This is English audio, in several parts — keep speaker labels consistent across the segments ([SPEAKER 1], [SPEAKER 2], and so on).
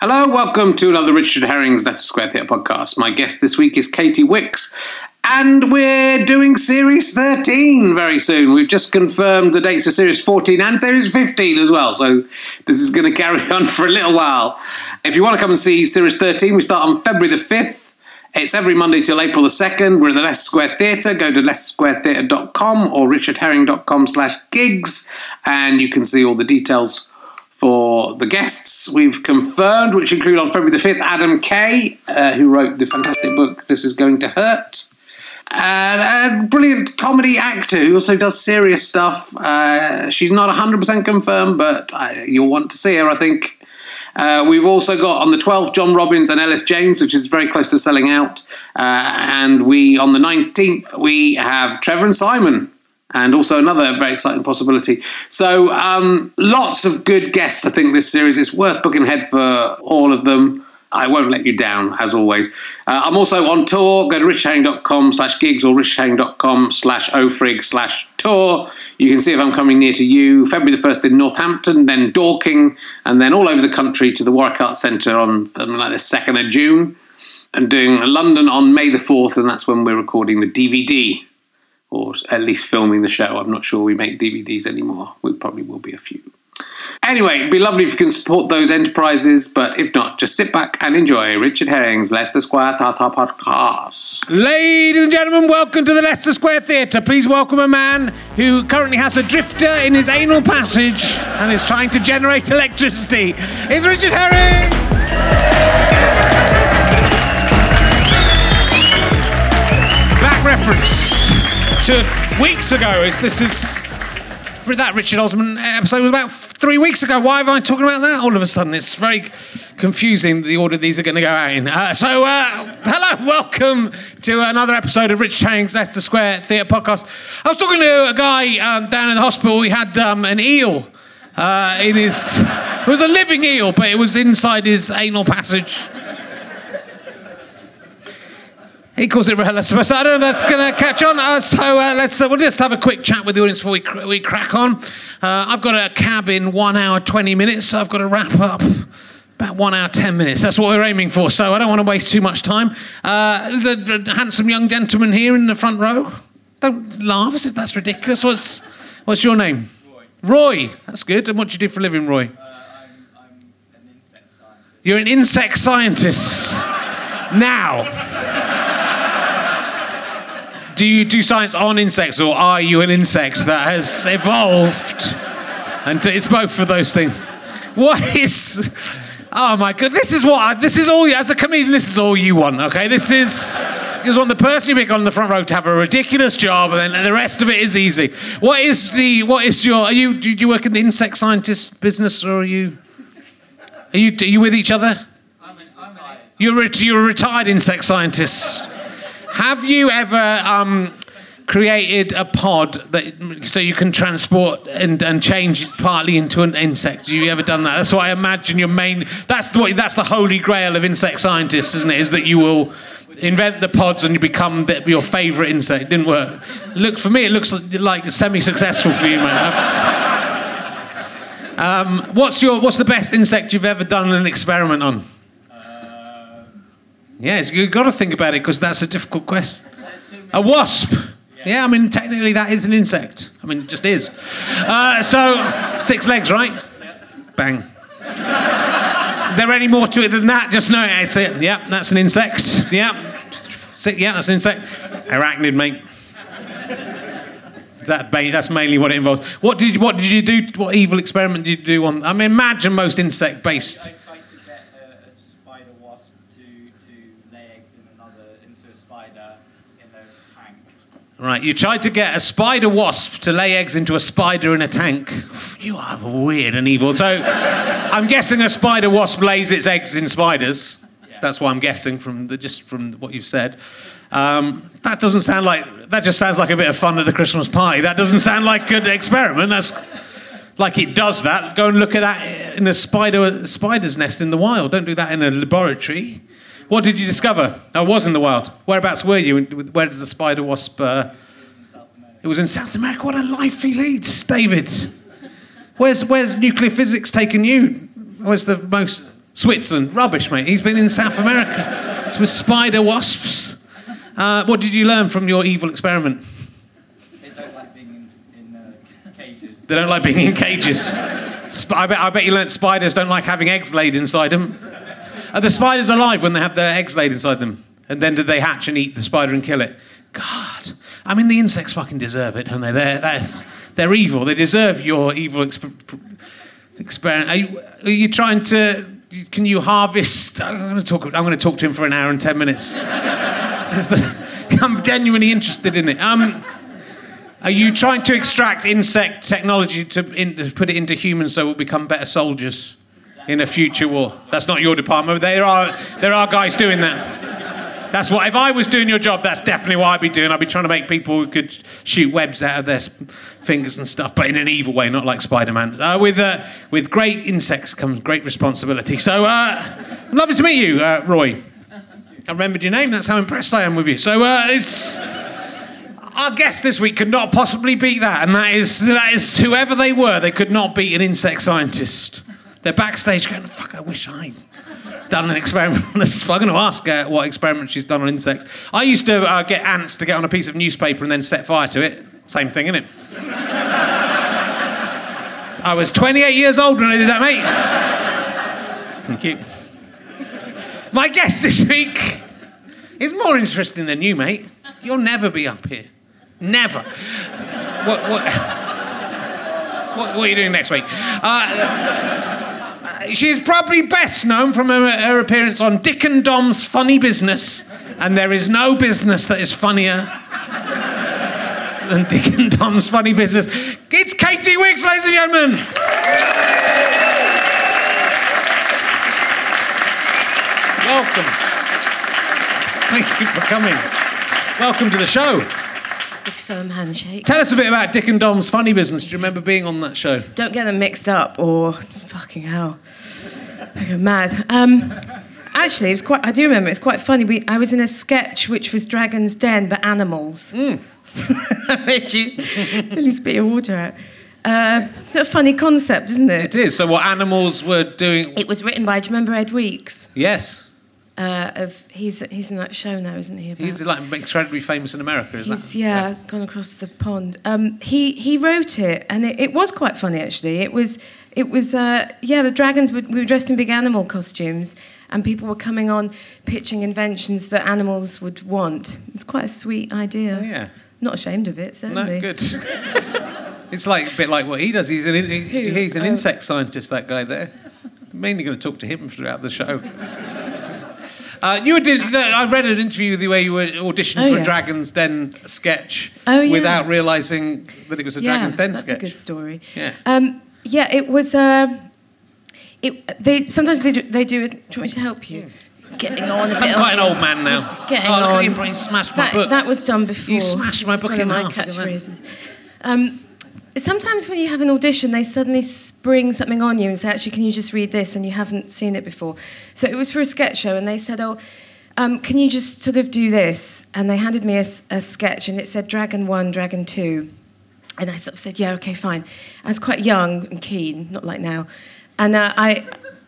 [SPEAKER 1] Hello, welcome to another Richard Herring's Letter Square Theatre podcast. My guest this week is Katie Wicks, and we're doing series 13 very soon. We've just confirmed the dates of series 14 and series 15 as well, so this is going to carry on for a little while. If you want to come and see series 13, we start on February the 5th. It's every Monday till April the 2nd. We're in the Leicester Square Theatre. Go to leicestertheatre.com or richardherring.com slash gigs, and you can see all the details for the guests we've confirmed, which include on February the 5th, Adam Kay, uh, who wrote the fantastic book This Is Going to Hurt. And a brilliant comedy actor who also does serious stuff. Uh, she's not 100% confirmed, but uh, you'll want to see her, I think. Uh, we've also got on the 12th John Robbins and Ellis James, which is very close to selling out. Uh, and we on the 19th we have Trevor and Simon, and also another very exciting possibility. So um, lots of good guests, I think, this series. It's worth booking ahead for all of them. I won't let you down, as always. Uh, I'm also on tour. Go to richherring.com slash gigs or richherring.com slash ofrig slash tour. You can see if I'm coming near to you. February the 1st in Northampton, then Dorking, and then all over the country to the Warwick Arts Centre on something like the 2nd of June. And doing London on May the 4th, and that's when we're recording the DVD or at least filming the show. I'm not sure we make DVDs anymore. We probably will be a few. Anyway, it'd be lovely if you can support those enterprises, but if not, just sit back and enjoy Richard Herring's Leicester Square Tartar podcast.
[SPEAKER 2] Ladies and gentlemen, welcome to the Leicester Square Theatre. Please welcome a man who currently has a drifter in his anal passage and is trying to generate electricity. It's Richard Herring! Back reference to weeks ago. Is this is for that Richard Osman episode was about f- three weeks ago. Why am I talking about that all of a sudden? It's very confusing the order these are going to go out in. Uh, so, uh, hello, welcome to another episode of Rich Herring's Leicester Square Theatre podcast. I was talking to a guy um, down in the hospital. He had um, an eel uh, in his. It was a living eel, but it was inside his anal passage. He calls it Rehelismus. I don't know if that's going to catch on. Uh, so uh, let's uh, we'll just have a quick chat with the audience before we, cr- we crack on. Uh, I've got a cab in one hour, 20 minutes, so I've got to wrap up about one hour, 10 minutes. That's what we're aiming for, so I don't want to waste too much time. Uh, there's a, a handsome young gentleman here in the front row. Don't laugh as if that's ridiculous. What's, what's your name? Roy. Roy. That's good. And what do you do for a living, Roy? You're an insect scientist. now. Do you do science on insects, or are you an insect that has evolved? And it's both of those things. What is? Oh my god! This is what. I, this is all. you- As a comedian, this is all you want. Okay, this is. You just want the person you pick on the front row to have a ridiculous job, and then the rest of it is easy. What is the? What is your? Are you? Do you work in the insect scientist business, or are you? Are you? Are you with each other? You're a, you're a retired insect scientist. Have you ever um, created a pod that so you can transport and, and change it partly into an insect? Have you ever done that? That's what I imagine your main. That's the that's the holy grail of insect scientists, isn't it? Is that you will invent the pods and you become the, your favourite insect? didn't work. Look for me, it looks like semi-successful for you, man. Um, what's your what's the best insect you've ever done an experiment on? Yes, you've got to think about it because that's a difficult question. A wasp. Yeah. I mean, technically that is an insect. I mean, it just is. Uh, so, six legs, right? Bang. is there any more to it than that? Just know it's it. Yeah, that's an insect. Yeah. Si- Yeah, that's an insect. Arachnid, mate. That ba- that's mainly what it involves. What did what did you do? What evil experiment did you do on? I mean, imagine most insect-based.
[SPEAKER 3] I tried to get a, a spider wasp to, to lay eggs in another into a spider in a tank.
[SPEAKER 2] Right, you tried to get a spider wasp to lay eggs into a spider in a tank. You are weird and evil. So, I'm guessing a spider wasp lays its eggs in spiders. That's what I'm guessing from the, just from what you've said. Um, that doesn't sound like that. Just sounds like a bit of fun at the Christmas party. That doesn't sound like an experiment. That's like it does that. Go and look at that in a spider spider's nest in the wild. Don't do that in a laboratory. What did you discover? I was in the wild. Whereabouts were you? And Where does the spider wasp? Uh, it was in South America. What a life he leads, David. Where's where's nuclear physics taken you? Where's the most Switzerland. Rubbish, mate. He's been in South America. It's with spider wasps. Uh, what did you learn from your evil experiment?
[SPEAKER 3] They don't like being in, in uh, cages.
[SPEAKER 2] They don't like being in cages. Sp- I, bet, I bet you learnt spiders don't like having eggs laid inside them. Are the spiders alive when they have their eggs laid inside them? And then do they hatch and eat the spider and kill it? God. I mean, the insects fucking deserve it, don't they? They're, that's, they're evil. They deserve your evil exp- experiment. Are you, are you trying to. Can you harvest. I'm going to talk, I'm going to, talk to him for an hour and 10 minutes. This is the- I'm genuinely interested in it. Um, are you trying to extract insect technology to, in, to put it into humans so we'll become better soldiers in a future war? That's not your department. There are, there are guys doing that. That's what, if I was doing your job, that's definitely what I'd be doing. I'd be trying to make people who could shoot webs out of their s- fingers and stuff, but in an evil way, not like Spider Man. Uh, with, uh, with great insects comes great responsibility. So, uh, lovely to meet you, uh, Roy. I remembered your name. That's how impressed I am with you. So, uh, it's our guest this week could not possibly beat that, and that is that is whoever they were, they could not beat an insect scientist. They're backstage going, "Fuck, I wish I'd done an experiment on this." I'm going to ask her what experiment she's done on insects. I used to uh, get ants to get on a piece of newspaper and then set fire to it. Same thing, innit? I was 28 years old when I did that, mate. Thank you. My guest this week is more interesting than you, mate. You'll never be up here. Never. What, what, what, what are you doing next week? Uh, she's probably best known from her, her appearance on Dick and Dom's Funny Business, and there is no business that is funnier than Dick and Dom's Funny Business. It's Katie Wicks, ladies and gentlemen. Welcome. Thank you for coming. Welcome to the show.
[SPEAKER 4] It's a good firm handshake.
[SPEAKER 2] Tell us a bit about Dick and Dom's Funny Business. Do you remember being on that show?
[SPEAKER 4] Don't get them mixed up or fucking hell. I go mad. Um, actually, it was quite, I do remember, it was quite funny. We, I was in a sketch which was Dragon's Den, but animals.
[SPEAKER 2] Hmm.
[SPEAKER 4] Made you really spit your water out. Uh, it's a funny concept, isn't
[SPEAKER 2] It
[SPEAKER 4] it?
[SPEAKER 2] is. So, what animals were doing?
[SPEAKER 4] It was written by, do you remember Ed Weeks?
[SPEAKER 2] Yes,
[SPEAKER 4] Uh, of he's he's in that show now, isn't he? About?
[SPEAKER 2] he's like incredibly famous in America, isn't
[SPEAKER 4] He's,
[SPEAKER 2] that?
[SPEAKER 4] yeah, gone across the pond. Um, he he wrote it, and it, it was quite funny actually. It was it was uh, yeah. The dragons were, we were dressed in big animal costumes, and people were coming on pitching inventions that animals would want. It's quite a sweet idea.
[SPEAKER 2] Oh, yeah.
[SPEAKER 4] Not ashamed of it,
[SPEAKER 2] No,
[SPEAKER 4] certainly.
[SPEAKER 2] good. it's like a bit like what he does. He's an in- he-
[SPEAKER 4] Who?
[SPEAKER 2] he's an
[SPEAKER 4] Oh.
[SPEAKER 2] insect scientist. That guy there. I'm mainly going to talk to him throughout the show. Uh, you did. I read an interview with you where you were auditioned
[SPEAKER 4] Oh,
[SPEAKER 2] for a
[SPEAKER 4] yeah.
[SPEAKER 2] Dragons Den sketch
[SPEAKER 4] Oh, yeah.
[SPEAKER 2] without realizing that it was a Dragons Den
[SPEAKER 4] that's
[SPEAKER 2] sketch.
[SPEAKER 4] a good story.
[SPEAKER 2] Yeah.
[SPEAKER 4] Um, yeah, it was. Uh, it, they sometimes they do, they do. it- Do you want me to help you? Getting on a bit.
[SPEAKER 2] Hmm. I'm quite
[SPEAKER 4] on-
[SPEAKER 2] an old man now.
[SPEAKER 4] Getting
[SPEAKER 2] oh, look
[SPEAKER 4] on.
[SPEAKER 2] at him, bro, he smashed my
[SPEAKER 4] that,
[SPEAKER 2] book.
[SPEAKER 4] that was done before.
[SPEAKER 2] You smashed my
[SPEAKER 4] It's
[SPEAKER 2] book
[SPEAKER 4] one of
[SPEAKER 2] in
[SPEAKER 4] my
[SPEAKER 2] half, didn't I?
[SPEAKER 4] catchphrases. Um, sometimes when you have an audition, they suddenly spring something on you and say, "Actually, can you just read this?" And you haven't seen it before. So it was for a sketch show, and they said, "Oh." Um, can you just sort of do this? And they handed me a, s- a sketch, and it said Dragon One, Dragon Two, and I sort of said, "Yeah, okay, fine." I was quite young and keen, not like now. And uh, I,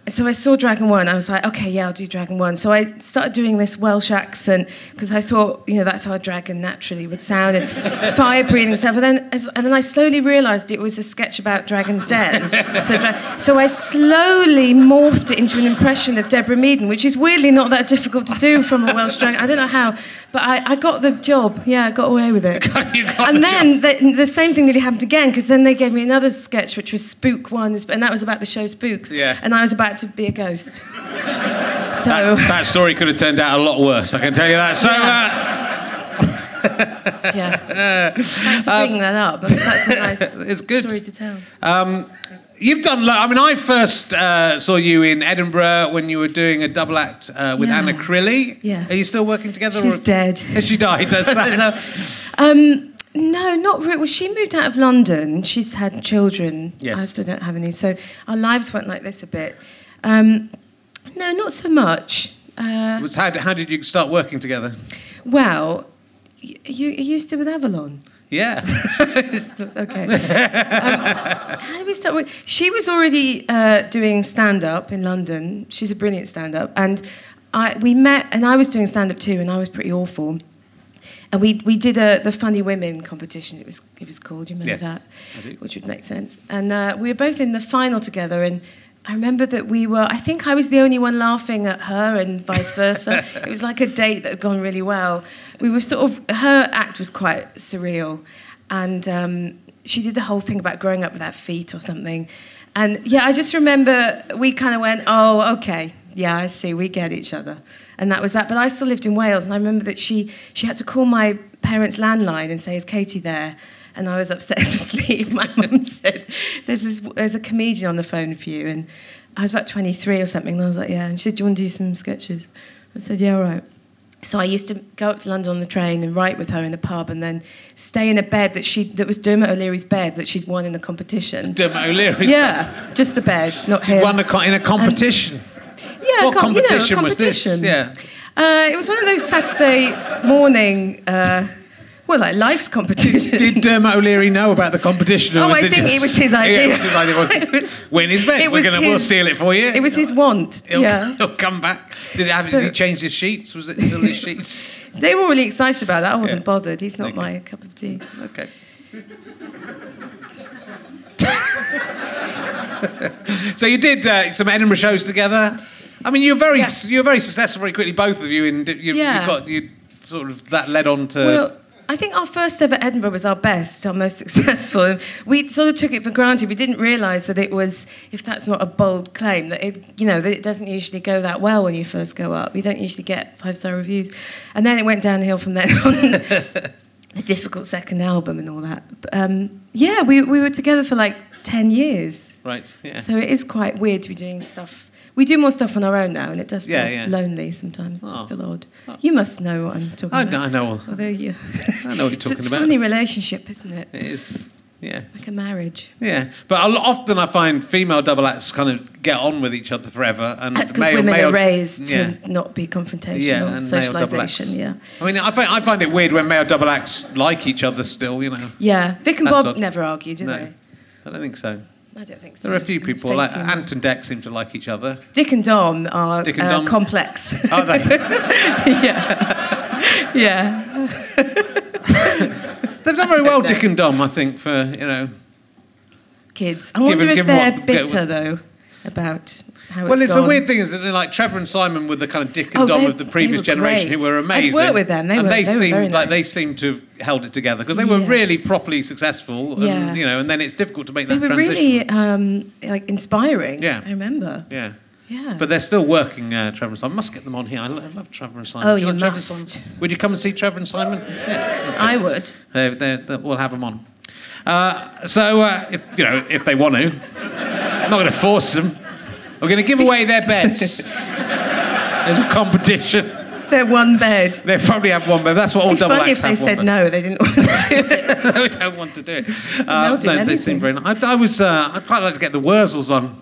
[SPEAKER 4] so I saw Dragon One. I was like, "Okay, yeah, I'll do Dragon One." So I started doing this Welsh accent because I thought, you know, that's how a dragon naturally would sound and fire breathing stuff. And then, as, and then I slowly realised it was a sketch about Dragon's Den. so, dra- so I slowly morphed it into an impression of Deborah Meaden, which is weirdly not that difficult to do from a Welsh dragon. I don't know how, but I, I got the job. Yeah, I got away with it
[SPEAKER 2] You got
[SPEAKER 4] and
[SPEAKER 2] the job.
[SPEAKER 4] then the, the same thing nearly happened again because then they gave me another sketch which was Spook One, and that was about the show Spooks.
[SPEAKER 2] Yeah.
[SPEAKER 4] And I was about to be a ghost. So
[SPEAKER 2] That, that story could have turned out a lot worse, I can tell you that. So, uh,
[SPEAKER 4] yeah, thanks for bringing that up. That's a nice
[SPEAKER 2] Um, It's good.
[SPEAKER 4] story to tell.
[SPEAKER 2] uh, um, you've done. Lo- I mean, I first uh, saw you in Edinburgh when you were doing a double act uh, with
[SPEAKER 4] Yeah.
[SPEAKER 2] Anna Crilly.
[SPEAKER 4] Yes.
[SPEAKER 2] Are you still working together?
[SPEAKER 4] She's
[SPEAKER 2] or-
[SPEAKER 4] dead.
[SPEAKER 2] She died. That's sad.
[SPEAKER 4] So, um, no, not really. Well, she moved out of London. She's had children.
[SPEAKER 2] Yes.
[SPEAKER 4] I still don't have any. So our lives went like this a bit. Um, no, not so much. Uh,
[SPEAKER 2] Was- how, how did you start working together?
[SPEAKER 4] well, y- you, are you still with Avalon?
[SPEAKER 2] Yeah.
[SPEAKER 4] okay. Um, how do we start with? She was already uh, doing stand up in London. She's a brilliant stand up. And I, we met, and I was doing stand up too, and I was pretty awful. And we, we did a, the Funny Women competition, it was, it was called, you remember
[SPEAKER 2] Yes,
[SPEAKER 4] that?
[SPEAKER 2] I do.
[SPEAKER 4] Which would make sense. And uh, we were both in the final together, and I remember that we were, I think I was the only one laughing at her and vice versa. it was like a date that had gone really well. We were sort of, her act was quite surreal. And um, she did the whole thing about growing up without feet or something. And yeah, I just remember we kind of went, oh, okay, yeah, I see, we get each other. And that was that. But I still lived in Wales, and I remember that she, she had to call my parents' landline and say, is Katie there? And I was upstairs asleep. My mum said, there's, this, there's a comedian on the phone for you. And I was about 23 or something, and I was like, yeah. And she said, do you want to do some sketches? I said, yeah, all right. So I used to go up to London on the train and write with her in a pub, and then stay in a bed that she that was Dermot O'Leary's bed that she'd won in a competition.
[SPEAKER 2] Dermot O'Leary's
[SPEAKER 4] yeah, just the bed, not him.
[SPEAKER 2] won a co- in a competition.
[SPEAKER 4] yeah,
[SPEAKER 2] what
[SPEAKER 4] com- you know, a
[SPEAKER 2] competition was this?
[SPEAKER 4] competition.
[SPEAKER 2] Yeah.
[SPEAKER 4] Uh, it was one of those Saturday morning, uh, well, like life's competition.
[SPEAKER 2] Did Dermot O'Leary know about the competition? Or
[SPEAKER 4] Oh,
[SPEAKER 2] was
[SPEAKER 4] I
[SPEAKER 2] it
[SPEAKER 4] think
[SPEAKER 2] just,
[SPEAKER 4] it was his idea.
[SPEAKER 2] Yeah, it was his idea. wasn't it?
[SPEAKER 4] It was-
[SPEAKER 2] Win his bet.
[SPEAKER 4] it
[SPEAKER 2] We're
[SPEAKER 4] was
[SPEAKER 2] gonna, we'll
[SPEAKER 4] his-
[SPEAKER 2] steal it for you.
[SPEAKER 4] it was his want.
[SPEAKER 2] He'll,
[SPEAKER 4] yeah.
[SPEAKER 2] he'll come back. Did, he have,
[SPEAKER 4] So-
[SPEAKER 2] did he change his sheets? Was it still his sheets?
[SPEAKER 4] They were really excited about that. I wasn't
[SPEAKER 2] Yeah.
[SPEAKER 4] bothered. He's not
[SPEAKER 2] Okay.
[SPEAKER 4] my cup of tea.
[SPEAKER 2] Okay. so you did uh, some Edinburgh shows together. I mean, you're very
[SPEAKER 4] Yeah.
[SPEAKER 2] you're very successful very quickly, both of you. In you,
[SPEAKER 4] Yeah.
[SPEAKER 2] you got you sort of that led on to
[SPEAKER 4] Well, I think our first ever Edinburgh was our best, our most successful. We sort of took it for granted. We didn't realise that it was, if that's not a bold claim, that it, you know, that it doesn't usually go that well when you first go up. You don't usually get five star reviews, and then it went downhill from then on. the difficult second album and all that. But, Um, yeah, we we were together for like ten years,
[SPEAKER 2] right. Yeah.
[SPEAKER 4] so it is quite weird to be doing stuff. We do more stuff on our own now, and it does feel
[SPEAKER 2] Yeah, yeah.
[SPEAKER 4] lonely sometimes. It
[SPEAKER 2] Oh.
[SPEAKER 4] does feel odd. You must know what I'm talking
[SPEAKER 2] I
[SPEAKER 4] about.
[SPEAKER 2] know, I know.
[SPEAKER 4] Although you,
[SPEAKER 2] I know what you're
[SPEAKER 4] it's
[SPEAKER 2] talking
[SPEAKER 4] a
[SPEAKER 2] about.
[SPEAKER 4] Funny relationship, isn't it?
[SPEAKER 2] It is. Yeah.
[SPEAKER 4] Like a marriage.
[SPEAKER 2] Yeah, but a lo- often I find female double acts kind of get on with each other forever, and
[SPEAKER 4] That's because
[SPEAKER 2] Mm, male,
[SPEAKER 4] women
[SPEAKER 2] male,
[SPEAKER 4] are raised
[SPEAKER 2] yeah,
[SPEAKER 4] to not be confrontational,
[SPEAKER 2] yeah, and male double acts.
[SPEAKER 4] socialization. Yeah,
[SPEAKER 2] I mean, I find I find it weird when male double acts like each other still. You know,
[SPEAKER 4] yeah. Vic and
[SPEAKER 2] That's
[SPEAKER 4] Bob
[SPEAKER 2] odd.
[SPEAKER 4] never argue, do
[SPEAKER 2] no,
[SPEAKER 4] they?
[SPEAKER 2] I don't think so.
[SPEAKER 4] I don't think so.
[SPEAKER 2] There are a few
[SPEAKER 4] I'm
[SPEAKER 2] people like
[SPEAKER 4] facing-
[SPEAKER 2] Ant and Deck seem to like each other. Oh,
[SPEAKER 4] Dick and Dom are
[SPEAKER 2] Dick and
[SPEAKER 4] uh,
[SPEAKER 2] Dom?
[SPEAKER 4] complex.
[SPEAKER 2] Are they?
[SPEAKER 4] yeah, yeah.
[SPEAKER 2] They've done very well, Dick and Dom. I think for you know,
[SPEAKER 4] Kids. I wonder
[SPEAKER 2] him-
[SPEAKER 4] if
[SPEAKER 2] give him
[SPEAKER 4] they're
[SPEAKER 2] what- get-
[SPEAKER 4] bitter though about how Oh, it's
[SPEAKER 2] well, it's a
[SPEAKER 4] gone.
[SPEAKER 2] weird thing, isn't it? Like Trevor and Simon were the kind of Dick and
[SPEAKER 4] Oh,
[SPEAKER 2] Dom
[SPEAKER 4] they-
[SPEAKER 2] of the
[SPEAKER 4] they
[SPEAKER 2] previous
[SPEAKER 4] were
[SPEAKER 2] generation
[SPEAKER 4] great.
[SPEAKER 2] who were
[SPEAKER 4] I've
[SPEAKER 2] amazing.
[SPEAKER 4] worked with them. They
[SPEAKER 2] and
[SPEAKER 4] were-
[SPEAKER 2] they,
[SPEAKER 4] they were
[SPEAKER 2] seemed
[SPEAKER 4] very
[SPEAKER 2] like they
[SPEAKER 4] nice.
[SPEAKER 2] seemed to have held it together because they were really
[SPEAKER 4] Yes.
[SPEAKER 2] properly successful. And,
[SPEAKER 4] Yeah.
[SPEAKER 2] you know, and then it's difficult to make
[SPEAKER 4] They
[SPEAKER 2] that
[SPEAKER 4] were
[SPEAKER 2] transition.
[SPEAKER 4] really um, like inspiring.
[SPEAKER 2] Yeah.
[SPEAKER 4] I remember.
[SPEAKER 2] yeah.
[SPEAKER 4] Yeah.
[SPEAKER 2] But they're still working, uh, Trevor and Simon. must get them on here. I lo- I love Trevor and Simon.
[SPEAKER 4] Oh,
[SPEAKER 2] Do
[SPEAKER 4] you
[SPEAKER 2] like Trevor and
[SPEAKER 4] must.
[SPEAKER 2] Simon? Would you come and see Trevor and Simon? Yeah.
[SPEAKER 4] I would.
[SPEAKER 2] They, they, they, we'll have them on. Uh, so, uh, if, you know, if they want to, I'm not going to force them. We're going to give away their beds. There's a competition.
[SPEAKER 4] They're one bed.
[SPEAKER 2] They probably have one, but that's what all
[SPEAKER 4] It'd be
[SPEAKER 2] double
[SPEAKER 4] funny
[SPEAKER 2] acts
[SPEAKER 4] if they
[SPEAKER 2] have.
[SPEAKER 4] said
[SPEAKER 2] one,
[SPEAKER 4] no, they didn't want to do it.
[SPEAKER 2] but they don't want to do it.
[SPEAKER 4] They'll
[SPEAKER 2] Uh,
[SPEAKER 4] do
[SPEAKER 2] no, they
[SPEAKER 4] anything.
[SPEAKER 2] seem very nice. I, I was. Uh, I'd quite like to get the Wurzels on.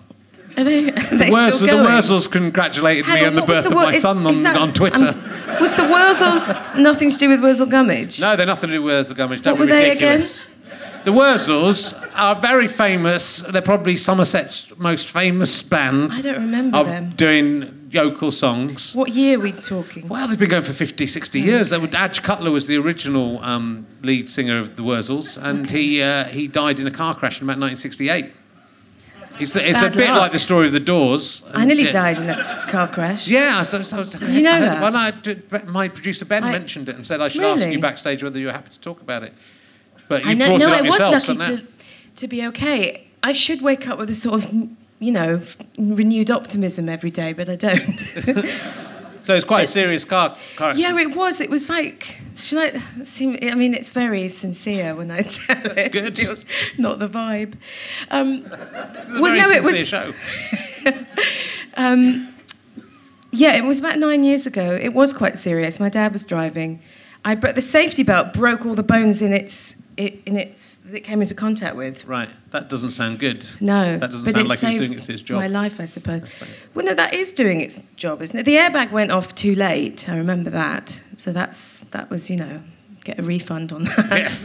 [SPEAKER 4] Are they, are
[SPEAKER 2] The,
[SPEAKER 4] they
[SPEAKER 2] Wurzel-
[SPEAKER 4] still going?
[SPEAKER 2] the Wurzels congratulated
[SPEAKER 4] Hang
[SPEAKER 2] me
[SPEAKER 4] on,
[SPEAKER 2] on the
[SPEAKER 4] what was
[SPEAKER 2] birth of
[SPEAKER 4] Wur-
[SPEAKER 2] my
[SPEAKER 4] is-
[SPEAKER 2] son
[SPEAKER 4] is
[SPEAKER 2] on,
[SPEAKER 4] that-
[SPEAKER 2] on Twitter.
[SPEAKER 4] um, was the Wurzels nothing to do with Wurzel Gummidge?
[SPEAKER 2] No, they're nothing to do with Wurzel Gummidge. Don't
[SPEAKER 4] What
[SPEAKER 2] be
[SPEAKER 4] were they
[SPEAKER 2] ridiculous. The Wurzels are very famous. They're probably Somerset's most famous band.
[SPEAKER 4] I don't remember
[SPEAKER 2] of
[SPEAKER 4] them.
[SPEAKER 2] doing yokel songs.
[SPEAKER 4] What year are we talking?
[SPEAKER 2] Well, they've been going for 50, 60 years. They were, Adge Cutler was the original um, lead singer of the Wurzels, and he, uh, he died in a car crash in about 1968. It's, it's a
[SPEAKER 4] Bad
[SPEAKER 2] bit
[SPEAKER 4] luck.
[SPEAKER 2] like the story of the Doors.
[SPEAKER 4] I nearly
[SPEAKER 2] And, uh,
[SPEAKER 4] died in a car crash.
[SPEAKER 2] Yeah, so, so, so
[SPEAKER 4] you know
[SPEAKER 2] I heard-
[SPEAKER 4] that?
[SPEAKER 2] Well, no, I did- but my producer Ben
[SPEAKER 4] I-
[SPEAKER 2] mentioned it and said I should ask you
[SPEAKER 4] Really?
[SPEAKER 2] backstage whether you were happy to talk about it. But you
[SPEAKER 4] I know,
[SPEAKER 2] brought
[SPEAKER 4] no,
[SPEAKER 2] it up
[SPEAKER 4] I was
[SPEAKER 2] yourself, so
[SPEAKER 4] lucky
[SPEAKER 2] now-
[SPEAKER 4] to, to be okay. I should wake up with a sort of, you know, renewed optimism every day, but I don't.
[SPEAKER 2] so it's quite a serious car, car accident.
[SPEAKER 4] Yeah, it was. It was like, should I seem? I mean, it's very sincere when I tell
[SPEAKER 2] That's
[SPEAKER 4] it.
[SPEAKER 2] good.
[SPEAKER 4] It was not the vibe. Um,
[SPEAKER 2] It's a
[SPEAKER 4] well,
[SPEAKER 2] very
[SPEAKER 4] no, it
[SPEAKER 2] sincere
[SPEAKER 4] was-
[SPEAKER 2] show.
[SPEAKER 4] yeah, it was about nine years ago. It was quite serious. My dad was driving. I bro- the safety belt broke all the bones in its it, in its that it came into contact with.
[SPEAKER 2] Right, that doesn't sound good.
[SPEAKER 4] No,
[SPEAKER 2] That doesn't
[SPEAKER 4] but
[SPEAKER 2] sound
[SPEAKER 4] it
[SPEAKER 2] like he was
[SPEAKER 4] saved
[SPEAKER 2] doing it his job.
[SPEAKER 4] My life, I suppose. Well, no, that is doing its job, isn't it? The airbag went off too late. I remember that. So that's that was, you know, get a refund on that.
[SPEAKER 2] Yes.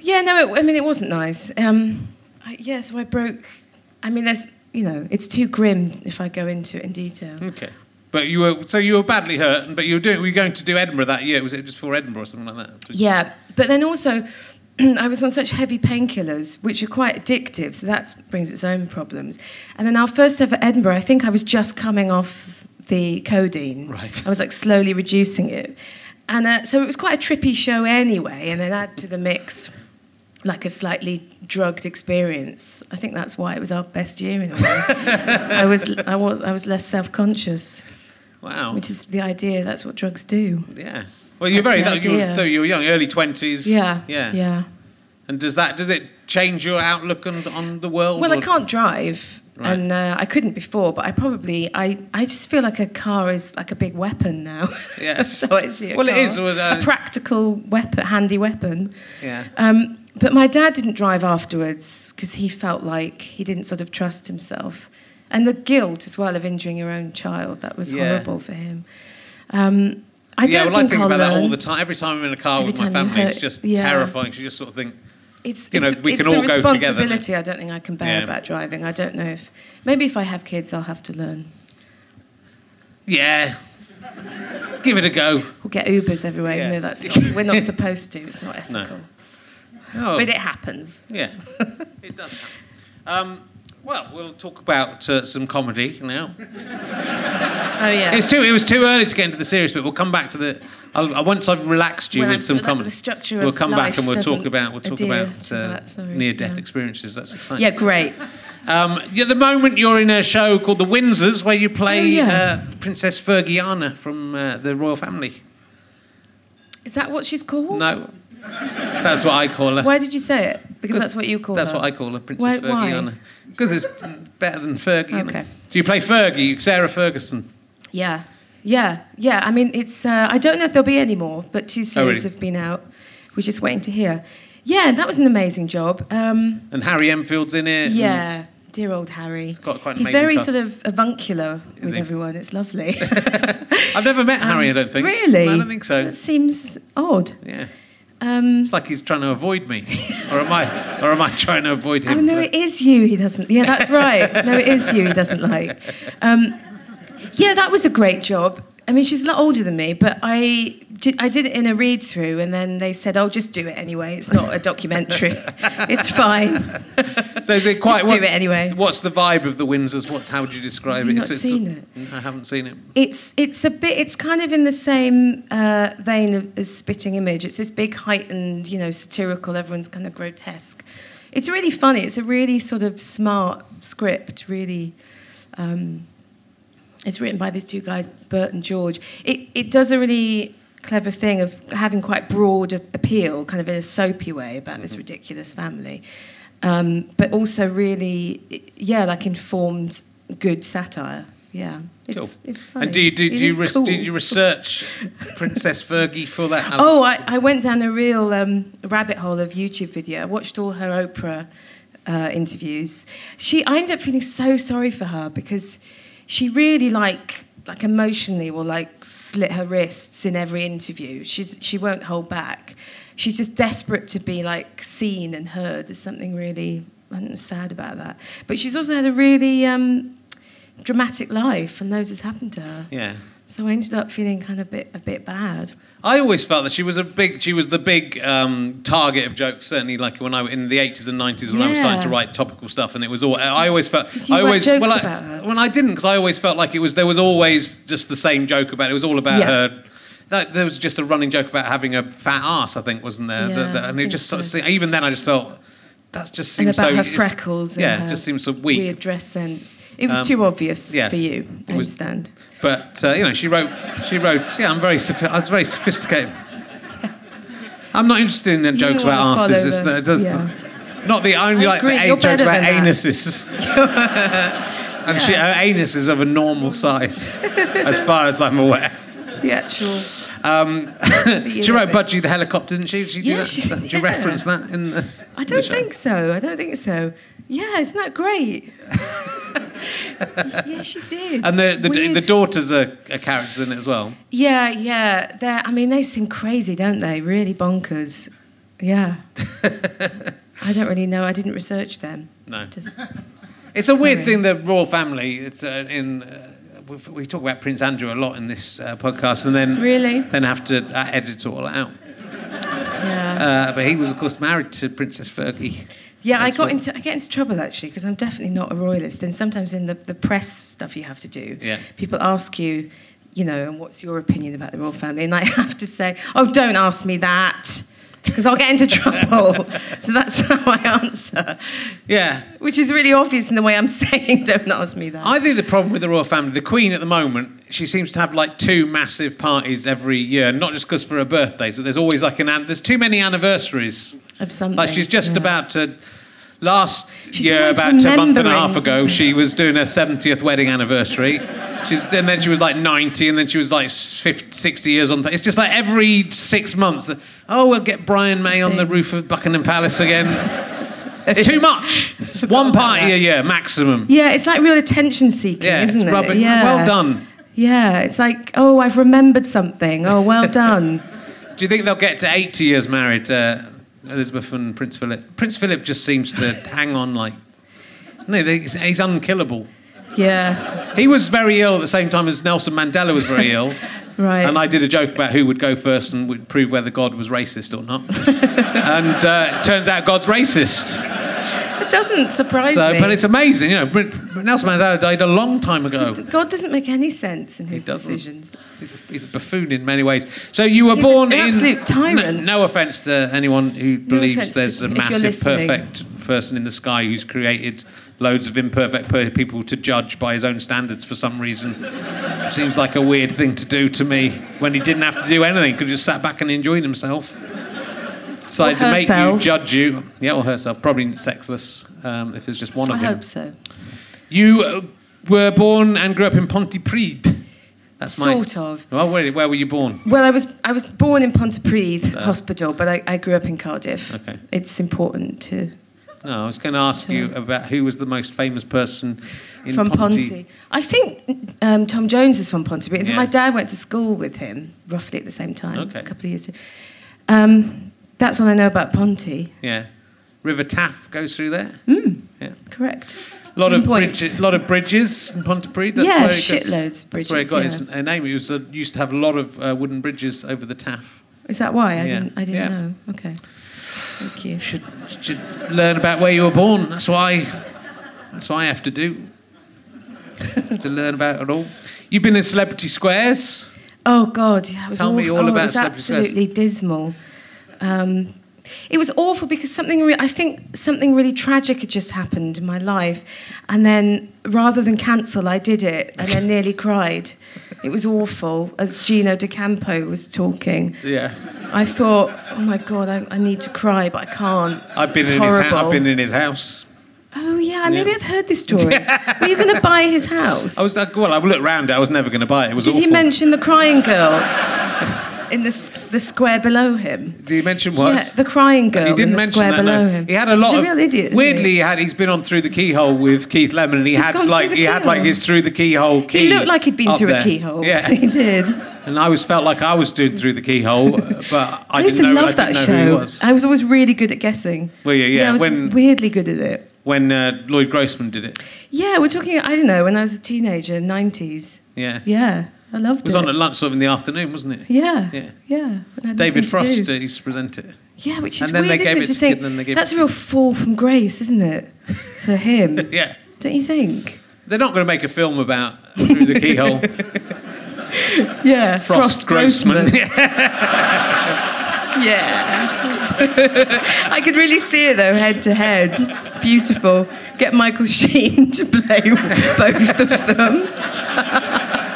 [SPEAKER 4] Yeah, no, it, I mean, it wasn't nice. Um, I, yeah, so I broke. I mean, there's, you know, it's too grim if I go into it in detail.
[SPEAKER 2] Okay. But you were so you were badly hurt, but you were doing. We were going to do Edinburgh that year. Was it just before Edinburgh or something like that?
[SPEAKER 4] Yeah, but then also, I was on such heavy painkillers, which are quite addictive, so that brings its own problems. And then our first ever Edinburgh, I think I was just coming off the codeine.
[SPEAKER 2] Right.
[SPEAKER 4] I was like slowly reducing it. And uh, so it was quite a trippy show anyway, and then add to the mix like a slightly drugged experience. I think that's why it was our best year in a way. I was I was I was less self-conscious,
[SPEAKER 2] Wow.
[SPEAKER 4] which is the idea that's what drugs do.
[SPEAKER 2] Yeah. Well, you're very
[SPEAKER 4] That's the
[SPEAKER 2] that, you were,
[SPEAKER 4] idea.
[SPEAKER 2] so you were young, early twenties.
[SPEAKER 4] Yeah.
[SPEAKER 2] yeah.
[SPEAKER 4] Yeah.
[SPEAKER 2] And does that does it change your outlook on on the world?
[SPEAKER 4] Well, I
[SPEAKER 2] or-
[SPEAKER 4] can't drive,
[SPEAKER 2] Right.
[SPEAKER 4] and uh, I couldn't before, but I probably I, I just feel like a car is like a big weapon now.
[SPEAKER 2] Yes.
[SPEAKER 4] so I see a
[SPEAKER 2] Well, it
[SPEAKER 4] car,
[SPEAKER 2] is, well, uh,
[SPEAKER 4] a practical weapon, handy weapon.
[SPEAKER 2] Yeah.
[SPEAKER 4] Um, but my dad didn't drive afterwards because he felt like he didn't sort of trust himself, and the guilt as well of injuring your own child that was
[SPEAKER 2] Yeah.
[SPEAKER 4] horrible for him. Um, I
[SPEAKER 2] yeah,
[SPEAKER 4] don't
[SPEAKER 2] well, I
[SPEAKER 4] think,
[SPEAKER 2] think
[SPEAKER 4] I'll
[SPEAKER 2] about that all
[SPEAKER 4] learn.
[SPEAKER 2] the time. Every time I'm in a car
[SPEAKER 4] Every
[SPEAKER 2] with my
[SPEAKER 4] time you
[SPEAKER 2] family, it's
[SPEAKER 4] hurt-
[SPEAKER 2] just
[SPEAKER 4] yeah.
[SPEAKER 2] terrifying. You just sort of think,
[SPEAKER 4] It's,
[SPEAKER 2] You
[SPEAKER 4] it's
[SPEAKER 2] know,
[SPEAKER 4] the,
[SPEAKER 2] we
[SPEAKER 4] it's
[SPEAKER 2] can all
[SPEAKER 4] the
[SPEAKER 2] go together, don't we?
[SPEAKER 4] responsibility I don't think I can bear
[SPEAKER 2] Yeah.
[SPEAKER 4] about driving. I don't know if maybe if I have kids, I'll have to learn.
[SPEAKER 2] yeah, give it a go.
[SPEAKER 4] We'll get Ubers everywhere.
[SPEAKER 2] Yeah.
[SPEAKER 4] even No, that's not, we're not supposed to. It's not ethical,
[SPEAKER 2] Oh,
[SPEAKER 4] but it happens.
[SPEAKER 2] yeah, it does. Happen. Um, well, we'll talk about uh, some comedy now.
[SPEAKER 4] Oh yeah.
[SPEAKER 2] It's too. It was too early to get into the serious bit. We'll come back to the. I'll, I- once I've relaxed you
[SPEAKER 4] When
[SPEAKER 2] with
[SPEAKER 4] I've-
[SPEAKER 2] some
[SPEAKER 4] the-
[SPEAKER 2] comedy,
[SPEAKER 4] the structure
[SPEAKER 2] we'll
[SPEAKER 4] of
[SPEAKER 2] come back
[SPEAKER 4] life
[SPEAKER 2] and we'll talk
[SPEAKER 4] doesn't
[SPEAKER 2] about we'll talk
[SPEAKER 4] adhere
[SPEAKER 2] about
[SPEAKER 4] to
[SPEAKER 2] uh,
[SPEAKER 4] that, sorry,
[SPEAKER 2] near-death
[SPEAKER 4] yeah.
[SPEAKER 2] experiences. That's exciting.
[SPEAKER 4] yeah, great.
[SPEAKER 2] Um, yeah, the moment you're in a show called The Windsors, where you play
[SPEAKER 4] Oh, yeah.
[SPEAKER 2] uh, Princess Fergiana from uh, the royal family.
[SPEAKER 4] Is that what she's called?
[SPEAKER 2] No, that's what I call her.
[SPEAKER 4] Why did you say it? Because that's what you call
[SPEAKER 2] That's
[SPEAKER 4] her.
[SPEAKER 2] what I call her, Princess
[SPEAKER 4] Why- why?
[SPEAKER 2] Fergiana. Because it's better than Fergie. you know.
[SPEAKER 4] Okay.
[SPEAKER 2] Do you play Fergie, Sarah Ferguson?
[SPEAKER 4] Yeah, yeah, yeah. I mean, it's. Uh, I don't know if there'll be any more, but two series
[SPEAKER 2] Oh, really?
[SPEAKER 4] have been out. We're just waiting to hear. Yeah, that was an amazing job. Um,
[SPEAKER 2] And Harry Enfield's in it. and
[SPEAKER 4] Yeah, dear old Harry. He's
[SPEAKER 2] got quite an
[SPEAKER 4] He's
[SPEAKER 2] amazing
[SPEAKER 4] very
[SPEAKER 2] cast.
[SPEAKER 4] sort of avuncular with
[SPEAKER 2] he?
[SPEAKER 4] everyone. It's lovely.
[SPEAKER 2] I've never met Harry. I don't think.
[SPEAKER 4] Um, Really?
[SPEAKER 2] No, I don't think so.
[SPEAKER 4] That seems odd.
[SPEAKER 2] Yeah.
[SPEAKER 4] Um,
[SPEAKER 2] It's like he's trying to avoid me, or am I? Or am I trying to avoid
[SPEAKER 4] oh
[SPEAKER 2] him?
[SPEAKER 4] no, it is you. He doesn't. Yeah, that's right. no, it is you. He doesn't like. Um, yeah, that was a great job. I mean, she's a lot older than me, but I did, I did it in a read through, and then they said, "Oh, just do it anyway. It's not a documentary. it's fine."
[SPEAKER 2] So is it quite?
[SPEAKER 4] Just do it anyway.
[SPEAKER 2] What's the vibe of the Windsors? What? How would you describe
[SPEAKER 4] Have
[SPEAKER 2] it?
[SPEAKER 4] you
[SPEAKER 2] Is
[SPEAKER 4] not
[SPEAKER 2] sort-
[SPEAKER 4] seen it?
[SPEAKER 2] No, I haven't seen it.
[SPEAKER 4] It's it's a bit it's kind of in the same uh, vein of, as Spitting Image. It's this big heightened, you know, satirical. Everyone's kind of grotesque. It's really funny. It's a really sort of smart script. Really, um, it's written by these two guys, Bert and George. It it does a really clever thing of having quite broad a- appeal, kind of in a soapy way about this ridiculous family, um, but also really, yeah, like informed, good satire. Yeah, it's
[SPEAKER 2] Cool.
[SPEAKER 4] it's funny.
[SPEAKER 2] And do you do,
[SPEAKER 4] It
[SPEAKER 2] do you
[SPEAKER 4] is
[SPEAKER 2] res-
[SPEAKER 4] cool.
[SPEAKER 2] did you research Princess Fergie for that?
[SPEAKER 4] Oh, I, I went down a real um, rabbit hole of YouTube video. I watched all her Oprah uh, interviews. She, I ended up feeling so sorry for her because she really like like emotionally will like slit her wrists in every interview. She's she won't hold back. She's just desperate to be like seen and heard. There's something really I don't know, sad about that. But she's also had a really um, dramatic life, and loads has happened to her.
[SPEAKER 2] yeah.
[SPEAKER 4] So I ended up feeling kind of bit a bit bad.
[SPEAKER 2] I always felt that she was a big, she was the big um, target of jokes. Certainly, like when I in the eighties and nineties when I was
[SPEAKER 4] Yeah.
[SPEAKER 2] starting to write topical stuff, and it was all. I always felt.
[SPEAKER 4] Did you
[SPEAKER 2] I
[SPEAKER 4] write
[SPEAKER 2] always
[SPEAKER 4] jokes
[SPEAKER 2] well, I,
[SPEAKER 4] about her?
[SPEAKER 2] when I didn't, because I always felt like it was there was always just the same joke about it. It was all about
[SPEAKER 4] Yeah.
[SPEAKER 2] her. That, there was just a running joke about having a fat ass, I think, wasn't there?
[SPEAKER 4] Yeah,
[SPEAKER 2] That- that-
[SPEAKER 4] I
[SPEAKER 2] and it
[SPEAKER 4] think
[SPEAKER 2] just sort of
[SPEAKER 4] so.
[SPEAKER 2] se- even then, I just felt that just
[SPEAKER 4] and
[SPEAKER 2] seems
[SPEAKER 4] about
[SPEAKER 2] so
[SPEAKER 4] her
[SPEAKER 2] it's-
[SPEAKER 4] freckles.
[SPEAKER 2] Yeah,
[SPEAKER 4] and her
[SPEAKER 2] just seems so weak.
[SPEAKER 4] Weird dress sense. It was
[SPEAKER 2] Um,
[SPEAKER 4] too obvious
[SPEAKER 2] yeah,
[SPEAKER 4] for you. I
[SPEAKER 2] it was-
[SPEAKER 4] understand.
[SPEAKER 2] But uh, you know, she wrote. She wrote. Yeah, I'm very. Sophi- I was very sophisticated. I'm not interested in the
[SPEAKER 4] You
[SPEAKER 2] jokes
[SPEAKER 4] wanna
[SPEAKER 2] about
[SPEAKER 4] follow
[SPEAKER 2] asses. It's
[SPEAKER 4] the-
[SPEAKER 2] not, it does,
[SPEAKER 4] yeah.
[SPEAKER 2] not the
[SPEAKER 4] I
[SPEAKER 2] only like
[SPEAKER 4] agree,
[SPEAKER 2] the eight
[SPEAKER 4] you're
[SPEAKER 2] jokes
[SPEAKER 4] better
[SPEAKER 2] about
[SPEAKER 4] than that.
[SPEAKER 2] anuses. and she, her anus is of a normal size, as far as I'm aware.
[SPEAKER 4] The actual.
[SPEAKER 2] Um,
[SPEAKER 4] you
[SPEAKER 2] she
[SPEAKER 4] know
[SPEAKER 2] wrote
[SPEAKER 4] it.
[SPEAKER 2] Budgie the helicopter, didn't she? Did she do
[SPEAKER 4] Yeah,
[SPEAKER 2] that?
[SPEAKER 4] she-
[SPEAKER 2] Did you
[SPEAKER 4] yeah.
[SPEAKER 2] reference that in the?
[SPEAKER 4] I
[SPEAKER 2] the
[SPEAKER 4] don't
[SPEAKER 2] show?
[SPEAKER 4] think so. I don't think so. Yeah, isn't that great? yeah, she did.
[SPEAKER 2] And the the,
[SPEAKER 4] Weird.
[SPEAKER 2] the daughters are, are characters in it as well.
[SPEAKER 4] Yeah, yeah. They're, I mean, they seem crazy, don't they? Really bonkers. Yeah. I don't really know. I didn't research them.
[SPEAKER 2] No.
[SPEAKER 4] Just
[SPEAKER 2] It's a weird
[SPEAKER 4] Sorry.
[SPEAKER 2] thing, the royal family. It's uh, in. Uh, we've- we talk about Prince Andrew a lot in this uh, podcast, and then
[SPEAKER 4] Really?
[SPEAKER 2] then have to uh, edit it all out.
[SPEAKER 4] yeah.
[SPEAKER 2] Uh, but he was, of course, married to Princess Fergie.
[SPEAKER 4] yeah, I
[SPEAKER 2] that's
[SPEAKER 4] got
[SPEAKER 2] what-
[SPEAKER 4] into I get into trouble actually because I'm definitely not a royalist and sometimes in the, the press stuff you have to do.
[SPEAKER 2] Yeah.
[SPEAKER 4] People ask you, you know, and what's your opinion about the royal family and I have to say, "Oh, don't ask me that." Because I'll get into trouble. so that's how I answer.
[SPEAKER 2] Yeah,
[SPEAKER 4] Which is really obvious in the way I'm saying, don't ask me that.
[SPEAKER 2] I think the problem with the royal family, the Queen at the moment, she seems to have like two massive parties every year, not just because for her birthdays, but there's always like an an- there's too many anniversaries.
[SPEAKER 4] of something.
[SPEAKER 2] Like she's just
[SPEAKER 4] yeah.
[SPEAKER 2] about to. Last
[SPEAKER 4] She's
[SPEAKER 2] year,
[SPEAKER 4] always
[SPEAKER 2] about a month and a
[SPEAKER 4] remembering
[SPEAKER 2] half ago,
[SPEAKER 4] something.
[SPEAKER 2] she was doing her 70th wedding anniversary. She's, and then she was like 90, and then she was like 50, 60 years on. Th- it's just like every six months, oh, we'll get Brian May on the
[SPEAKER 4] Thing.
[SPEAKER 2] roof of Buckingham Palace again. It's too much. One
[SPEAKER 4] about
[SPEAKER 2] party a
[SPEAKER 4] that.
[SPEAKER 2] year maximum.
[SPEAKER 4] Yeah, it's like real attention seeking,
[SPEAKER 2] Yeah,
[SPEAKER 4] isn't
[SPEAKER 2] it's
[SPEAKER 4] it?
[SPEAKER 2] rubbish.
[SPEAKER 4] Yeah.
[SPEAKER 2] Well done.
[SPEAKER 4] Yeah, it's like, oh, I've remembered something. Oh, well done.
[SPEAKER 2] Do you think they'll get to 80 years married, uh, Elizabeth and Prince Philip? Prince Philip just seems to hang on like. No, they, he's, he's unkillable.
[SPEAKER 4] Yeah,
[SPEAKER 2] He was very ill at the same time as Nelson Mandela was very ill.
[SPEAKER 4] right.
[SPEAKER 2] And I did a joke about who would go first and would prove whether God was racist or not. and uh, it turns out God's racist.
[SPEAKER 4] it doesn't surprise
[SPEAKER 2] So,
[SPEAKER 4] me.
[SPEAKER 2] but it's amazing, you know. Prin- Nelson Mandela died a long time ago.
[SPEAKER 4] God doesn't make any sense in his
[SPEAKER 2] doesn't.
[SPEAKER 4] decisions.
[SPEAKER 2] He's a, he's a buffoon in many ways. So you were
[SPEAKER 4] He's
[SPEAKER 2] born
[SPEAKER 4] an
[SPEAKER 2] in
[SPEAKER 4] absolute
[SPEAKER 2] No,
[SPEAKER 4] tyrant.
[SPEAKER 2] no offense to anyone who believes
[SPEAKER 4] offense
[SPEAKER 2] there's
[SPEAKER 4] to-
[SPEAKER 2] a
[SPEAKER 4] if you're
[SPEAKER 2] massive,
[SPEAKER 4] listening.
[SPEAKER 2] perfect person in the sky who's created loads of imperfect per- people to judge by his own standards for some reason. Seems like a weird thing to do to me when he didn't have to do anything, could have just sat back and enjoyed himself. Decided to make you
[SPEAKER 4] herself.
[SPEAKER 2] judge you. Yeah, or herself. Probably sexless um, if there's just one
[SPEAKER 4] I
[SPEAKER 2] of them.
[SPEAKER 4] hope so.
[SPEAKER 2] You uh, were born and grew up in Pontypridd. That's my
[SPEAKER 4] Sort of.
[SPEAKER 2] Well, where, where were you born?
[SPEAKER 4] Well, I was I was born in Pontypridd Hospital, but I, I grew up in Cardiff.
[SPEAKER 2] Uh, Okay.
[SPEAKER 4] It's important to
[SPEAKER 2] No, I was going to ask you about who was the most famous person in
[SPEAKER 4] from
[SPEAKER 2] Ponty.
[SPEAKER 4] Ponty. I think um, Tom Jones is from Ponty, but I think
[SPEAKER 2] Yeah.
[SPEAKER 4] my dad went to school with him roughly at the same time,
[SPEAKER 2] Okay.
[SPEAKER 4] a couple of years. Um, that's all I know about Ponty.
[SPEAKER 2] Yeah, River Taff goes through there.
[SPEAKER 4] Mm,
[SPEAKER 2] Yeah,
[SPEAKER 4] Correct.
[SPEAKER 2] a lot of
[SPEAKER 4] Points.
[SPEAKER 2] bridges, lot of bridges in Pontypridd. That's
[SPEAKER 4] Yeah,
[SPEAKER 2] where it gets-
[SPEAKER 4] shitloads of
[SPEAKER 2] That's where it
[SPEAKER 4] bridges,
[SPEAKER 2] got
[SPEAKER 4] yeah.
[SPEAKER 2] its uh, name. It was uh, used to have a lot of uh, wooden bridges over the Taff.
[SPEAKER 4] Is that why I
[SPEAKER 2] Yeah.
[SPEAKER 4] didn't? I didn't
[SPEAKER 2] Yeah.
[SPEAKER 4] know. Okay. Thank you.
[SPEAKER 2] Should should learn about where you were born. That's why. That's what I have to do. have to learn about it all. You've been in Celebrity Squares.
[SPEAKER 4] Oh God, yeah, it was
[SPEAKER 2] Tell
[SPEAKER 4] awful.
[SPEAKER 2] me all
[SPEAKER 4] oh,
[SPEAKER 2] about
[SPEAKER 4] it was
[SPEAKER 2] Celebrity Squares.
[SPEAKER 4] absolutely dismal. Um, it was awful because something re- I think something really tragic had just happened in my life, and then rather than cancel, I did it, and then nearly cried. It was awful. As Gino De Campo was talking,
[SPEAKER 2] Yeah.
[SPEAKER 4] I thought, "Oh my God, I, I need to cry, but I can't."
[SPEAKER 2] I've been
[SPEAKER 4] It's
[SPEAKER 2] in his
[SPEAKER 4] horrible.
[SPEAKER 2] house. I've been in his house.
[SPEAKER 4] Oh yeah, maybe I've heard this story. Were you going to buy his house?
[SPEAKER 2] I was like, well, I looked round. I was never going to buy it. It was
[SPEAKER 4] Did
[SPEAKER 2] awful.
[SPEAKER 4] he mention the crying girl in the, s- the square below him?
[SPEAKER 2] Did he mention what?
[SPEAKER 4] Yeah, the crying girl
[SPEAKER 2] he didn't
[SPEAKER 4] in the
[SPEAKER 2] mention
[SPEAKER 4] square
[SPEAKER 2] that.
[SPEAKER 4] below
[SPEAKER 2] no.
[SPEAKER 4] him.
[SPEAKER 2] He had a lot
[SPEAKER 4] He's
[SPEAKER 2] of
[SPEAKER 4] a real idiot. isn't
[SPEAKER 2] Weirdly,
[SPEAKER 4] he?
[SPEAKER 2] he had he's been on through the keyhole with Keith Lemon, and he
[SPEAKER 4] He's
[SPEAKER 2] had
[SPEAKER 4] gone
[SPEAKER 2] like
[SPEAKER 4] through
[SPEAKER 2] he
[SPEAKER 4] the
[SPEAKER 2] had like
[SPEAKER 4] keyhole.
[SPEAKER 2] his through the keyhole key.
[SPEAKER 4] He looked like he'd been
[SPEAKER 2] up
[SPEAKER 4] through
[SPEAKER 2] there.
[SPEAKER 4] a keyhole.
[SPEAKER 2] Yeah,
[SPEAKER 4] he did.
[SPEAKER 2] and I always felt like I was doing through the keyhole, uh, but I,
[SPEAKER 4] I, used
[SPEAKER 2] didn't
[SPEAKER 4] to
[SPEAKER 2] know.
[SPEAKER 4] love
[SPEAKER 2] I didn't
[SPEAKER 4] that
[SPEAKER 2] know who he
[SPEAKER 4] show.
[SPEAKER 2] was
[SPEAKER 4] I was always really good at guessing.
[SPEAKER 2] Were you? Yeah,
[SPEAKER 4] I was
[SPEAKER 2] when-
[SPEAKER 4] weirdly good at it.
[SPEAKER 2] when uh, Lloyd Grossman did it.
[SPEAKER 4] Yeah, we're talking. I don't know. When I was a teenager, nineties.
[SPEAKER 2] Yeah, it
[SPEAKER 4] Yeah, I loved it.
[SPEAKER 2] was on at lunch sort of in the afternoon, wasn't it?
[SPEAKER 4] yeah,
[SPEAKER 2] Yeah.
[SPEAKER 4] yeah, yeah. and I had
[SPEAKER 2] David
[SPEAKER 4] nothing to do.
[SPEAKER 2] Frost uh, used to present it.
[SPEAKER 4] Yeah, which is
[SPEAKER 2] And then they
[SPEAKER 4] weird,
[SPEAKER 2] gave
[SPEAKER 4] isn't
[SPEAKER 2] it
[SPEAKER 4] it?
[SPEAKER 2] to
[SPEAKER 4] To
[SPEAKER 2] the
[SPEAKER 4] think
[SPEAKER 2] kid and they gave it
[SPEAKER 4] that's
[SPEAKER 2] to
[SPEAKER 4] a real fall from grace, isn't it, for him?
[SPEAKER 2] Yeah,
[SPEAKER 4] Don't you think?
[SPEAKER 2] they're not going to make a film about through the keyhole.
[SPEAKER 4] Yeah,
[SPEAKER 2] Frost, Grossman.
[SPEAKER 4] Yeah. I could really see it though, head to head. Beautiful. Get Michael Sheen to play both of them.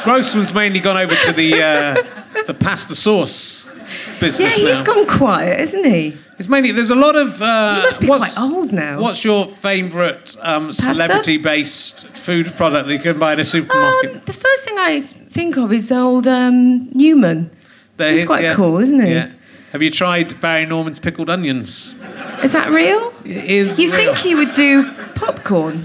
[SPEAKER 2] Grossman's mainly gone over to the uh, the pasta sauce
[SPEAKER 4] Yeah,
[SPEAKER 2] business
[SPEAKER 4] he's
[SPEAKER 2] now.
[SPEAKER 4] gone quiet, isn't he?
[SPEAKER 2] It's mainly there's a lot of. Uh,
[SPEAKER 4] He must be
[SPEAKER 2] what's-
[SPEAKER 4] quite old now.
[SPEAKER 2] What's your favourite um, celebrity-based food product that you can buy in a supermarket?
[SPEAKER 4] Um, the first thing I think of is old um, Newman.
[SPEAKER 2] There
[SPEAKER 4] he's
[SPEAKER 2] is,
[SPEAKER 4] quite cool, isn't he?
[SPEAKER 2] Yeah. Have you tried Barry Norman's pickled onions?
[SPEAKER 4] Is that real?
[SPEAKER 2] It is.
[SPEAKER 4] You
[SPEAKER 2] real.
[SPEAKER 4] think he would do popcorn?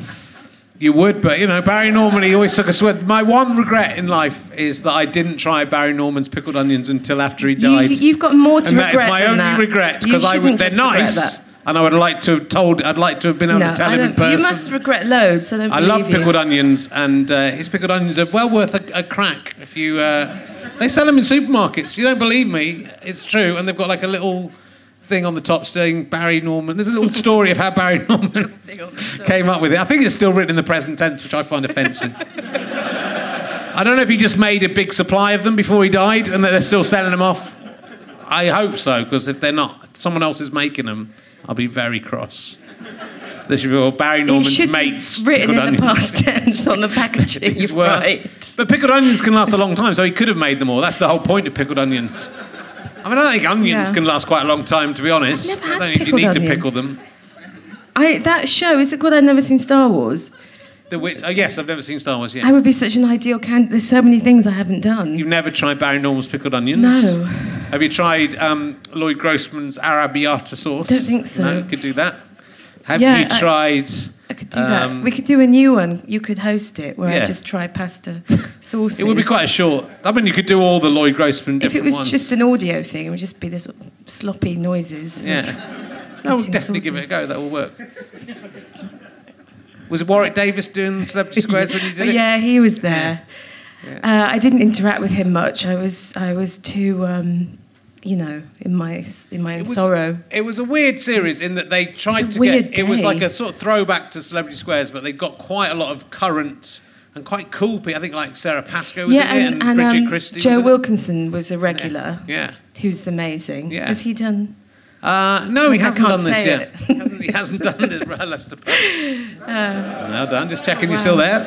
[SPEAKER 2] You would, but you know, Barry Norman, he always took us with. My one regret in life is that I didn't try Barry Norman's pickled onions until after he died.
[SPEAKER 4] You, have got more to
[SPEAKER 2] and
[SPEAKER 4] regret.
[SPEAKER 2] that is my
[SPEAKER 4] than
[SPEAKER 2] only
[SPEAKER 4] that.
[SPEAKER 2] regret
[SPEAKER 4] You
[SPEAKER 2] because I would,
[SPEAKER 4] shouldn't
[SPEAKER 2] they're
[SPEAKER 4] just regret
[SPEAKER 2] nice,
[SPEAKER 4] that.
[SPEAKER 2] and I would like to have told. I'd like to have been able
[SPEAKER 4] No,
[SPEAKER 2] to tell
[SPEAKER 4] I
[SPEAKER 2] him
[SPEAKER 4] don't,
[SPEAKER 2] in person.
[SPEAKER 4] You must regret loads. I don't
[SPEAKER 2] I
[SPEAKER 4] believe
[SPEAKER 2] love
[SPEAKER 4] you.
[SPEAKER 2] pickled onions, and uh, his pickled onions are well worth a, a crack. If you, uh, they sell them in supermarkets. You don't believe me? It's true, and they've got like a little thing on the top saying Barry Norman. There's a little story of how Barry Norman came up with it. I think it's still written in the present tense, which I find offensive. I don't know if he just made a big supply of them before he died, and that they're still selling them off. I hope so, because if they're not, if someone else is making them. I'll be very cross. This should be all Barry
[SPEAKER 4] It
[SPEAKER 2] Norman's
[SPEAKER 4] should be
[SPEAKER 2] mates.
[SPEAKER 4] written
[SPEAKER 2] pickled
[SPEAKER 4] in
[SPEAKER 2] onions.
[SPEAKER 4] the past tense on the packaging.
[SPEAKER 2] These were-
[SPEAKER 4] right.
[SPEAKER 2] But pickled onions can last a long time, so he could have made them all. That's the whole point of pickled onions. I mean, I think onions
[SPEAKER 4] Yeah.
[SPEAKER 2] can last quite a long time, to be honest.
[SPEAKER 4] never
[SPEAKER 2] I
[SPEAKER 4] had
[SPEAKER 2] don't think you
[SPEAKER 4] pickled
[SPEAKER 2] need to
[SPEAKER 4] onion.
[SPEAKER 2] pickle them.
[SPEAKER 4] I, that show is it called? I've never seen Star Wars.
[SPEAKER 2] The witch. Oh yes, I've never seen Star Wars
[SPEAKER 4] I
[SPEAKER 2] yet.
[SPEAKER 4] would be such an ideal candidate. There's so many things I haven't done.
[SPEAKER 2] You've never tried Barry Normal's pickled onions?
[SPEAKER 4] No.
[SPEAKER 2] Have you tried um, Lloyd Grossman's Arabiata sauce?
[SPEAKER 4] Don't think so.
[SPEAKER 2] No, could do that. Have
[SPEAKER 4] Yeah,
[SPEAKER 2] you
[SPEAKER 4] I-
[SPEAKER 2] tried?
[SPEAKER 4] I could do that.
[SPEAKER 2] um,
[SPEAKER 4] We could do a new one. You could host it where
[SPEAKER 2] Yeah.
[SPEAKER 4] I just try pasta sauces.
[SPEAKER 2] It would be quite a short. I mean, you could do all the Lloyd Grossman
[SPEAKER 4] If
[SPEAKER 2] different
[SPEAKER 4] it was
[SPEAKER 2] ones.
[SPEAKER 4] just an audio thing, it would just be the sort of sloppy noises.
[SPEAKER 2] Yeah. No, we'll
[SPEAKER 4] Eating
[SPEAKER 2] definitely give it a go. That will work. Was it Warwick Davis doing Celebrity Squares when you did it?
[SPEAKER 4] Oh, yeah, he was there. Uh, I didn't interact with him much. I was I was too, um, you know, in my s- in my own
[SPEAKER 2] It was,
[SPEAKER 4] sorrow.
[SPEAKER 2] It was a weird series in that they tried
[SPEAKER 4] a
[SPEAKER 2] to
[SPEAKER 4] weird
[SPEAKER 2] get. It was
[SPEAKER 4] day.
[SPEAKER 2] like a sort of throwback to Celebrity Squares, but they got quite a lot of current and quite cool people. I think like Sarah Pascoe was
[SPEAKER 4] yeah,
[SPEAKER 2] in it and,
[SPEAKER 4] and, and,
[SPEAKER 2] Bridget
[SPEAKER 4] um,
[SPEAKER 2] Christie.
[SPEAKER 4] Joe
[SPEAKER 2] was in it.
[SPEAKER 4] Wilkinson was a regular.
[SPEAKER 2] Yeah.
[SPEAKER 4] Who's amazing.
[SPEAKER 2] Yeah.
[SPEAKER 4] Has he done?
[SPEAKER 2] Uh, no, he
[SPEAKER 4] I
[SPEAKER 2] hasn't
[SPEAKER 4] can't
[SPEAKER 2] done this
[SPEAKER 4] say
[SPEAKER 2] yet.
[SPEAKER 4] it. Uh,
[SPEAKER 2] He hasn't, he hasn't done it. Lester. well done. Just checking you're still there.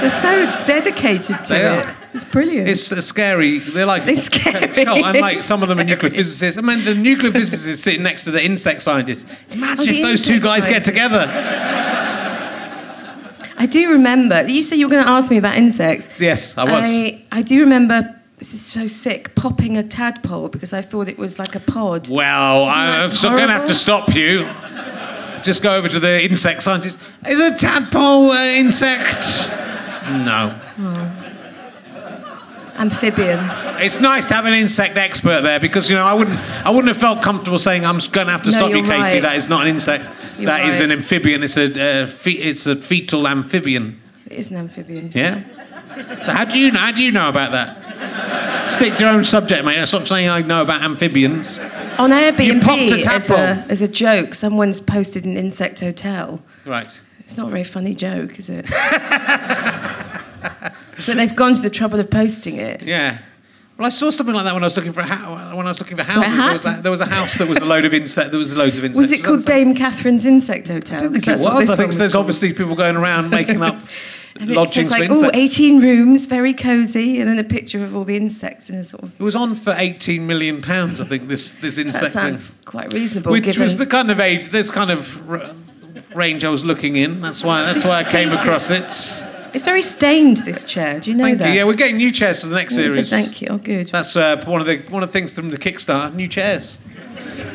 [SPEAKER 4] They're so dedicated to
[SPEAKER 2] They
[SPEAKER 4] it.
[SPEAKER 2] are.
[SPEAKER 4] It's brilliant.
[SPEAKER 2] It's uh, scary. They're like
[SPEAKER 4] They're scary.
[SPEAKER 2] It's cool. And like some of them are nuclear physicists. I mean, the nuclear physicists sitting next to the insect scientists. Imagine
[SPEAKER 4] Oh, the
[SPEAKER 2] if those two
[SPEAKER 4] insect
[SPEAKER 2] guys get
[SPEAKER 4] scientists.
[SPEAKER 2] together.
[SPEAKER 4] I do remember. You said you were going to ask me about insects.
[SPEAKER 2] Yes, I was.
[SPEAKER 4] I, I do remember. This is so sick. Popping a tadpole because I thought it was like a pod.
[SPEAKER 2] Well,
[SPEAKER 4] Isn't that
[SPEAKER 2] I'm going to have to
[SPEAKER 4] horrible?
[SPEAKER 2] stop you. Just go over to the insect scientist. Is a tadpole an insect? No.
[SPEAKER 4] Amphibian.
[SPEAKER 2] It's nice to have an insect expert there because you know I wouldn't I wouldn't have felt comfortable saying I'm going to have to
[SPEAKER 4] No,
[SPEAKER 2] stop you,
[SPEAKER 4] you're
[SPEAKER 2] Katie.
[SPEAKER 4] right.
[SPEAKER 2] That is not an insect. That is
[SPEAKER 4] You're
[SPEAKER 2] an
[SPEAKER 4] right.
[SPEAKER 2] amphibian. It's a uh, fe- it's a fetal amphibian.
[SPEAKER 4] It is an amphibian.
[SPEAKER 2] Yeah. How do you know? How do you know about that? Stick to your own subject, mate. Stop saying I know about amphibians.
[SPEAKER 4] On Airbnb,
[SPEAKER 2] You popped a
[SPEAKER 4] as,
[SPEAKER 2] tadpole.
[SPEAKER 4] a, as a joke, someone's posted an insect hotel.
[SPEAKER 2] Right.
[SPEAKER 4] It's not a very funny joke, is it? but they've gone to the trouble of posting it.
[SPEAKER 2] Yeah. Well, I saw something like that when I was looking for a house. When I was looking for houses, there
[SPEAKER 4] hat?
[SPEAKER 2] was, a, there was a house that was a load of insect. There was loads of insects.
[SPEAKER 4] Was it called
[SPEAKER 2] that
[SPEAKER 4] Dame Catherine's Insect Hotel?
[SPEAKER 2] the same? I think it was. I think there's obviously people going around making up
[SPEAKER 4] and it
[SPEAKER 2] lodgings
[SPEAKER 4] says like,
[SPEAKER 2] for
[SPEAKER 4] oh,
[SPEAKER 2] insects.
[SPEAKER 4] 18 rooms, very cozy, and then a picture of all the insects in a sort of.
[SPEAKER 2] It was on for 18 million pounds. I think this this
[SPEAKER 4] That
[SPEAKER 2] insect thing.
[SPEAKER 4] sounds quite reasonable.
[SPEAKER 2] which
[SPEAKER 4] given
[SPEAKER 2] was the kind of age, this kind of r- range I was looking in. That's why that's why I came across it.
[SPEAKER 4] It's very stained, this chair. Do you know
[SPEAKER 2] Thank
[SPEAKER 4] that?
[SPEAKER 2] you. Yeah, we're getting new chairs for the next
[SPEAKER 4] Oh, is it?
[SPEAKER 2] series.
[SPEAKER 4] Thank you. Oh, good.
[SPEAKER 2] That's uh, one of the one of the things from the Kickstarter. New chairs.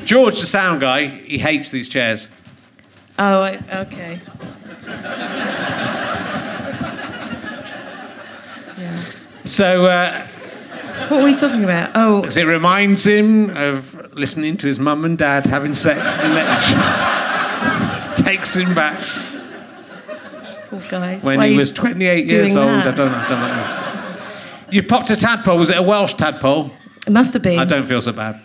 [SPEAKER 2] George, the sound guy, he hates these chairs.
[SPEAKER 4] Oh, I, okay. yeah.
[SPEAKER 2] So uh,
[SPEAKER 4] What were we talking about? Oh,
[SPEAKER 2] 'cause it reminds him of listening to his mum and dad having sex. The next takes him back
[SPEAKER 4] poor guys.
[SPEAKER 2] when
[SPEAKER 4] Why
[SPEAKER 2] he
[SPEAKER 4] he's
[SPEAKER 2] was 28 years
[SPEAKER 4] doing
[SPEAKER 2] old.
[SPEAKER 4] that.
[SPEAKER 2] I don't know. I've done that. one. You popped a tadpole. Was it a Welsh tadpole?
[SPEAKER 4] It must have been
[SPEAKER 2] I don't feel so bad.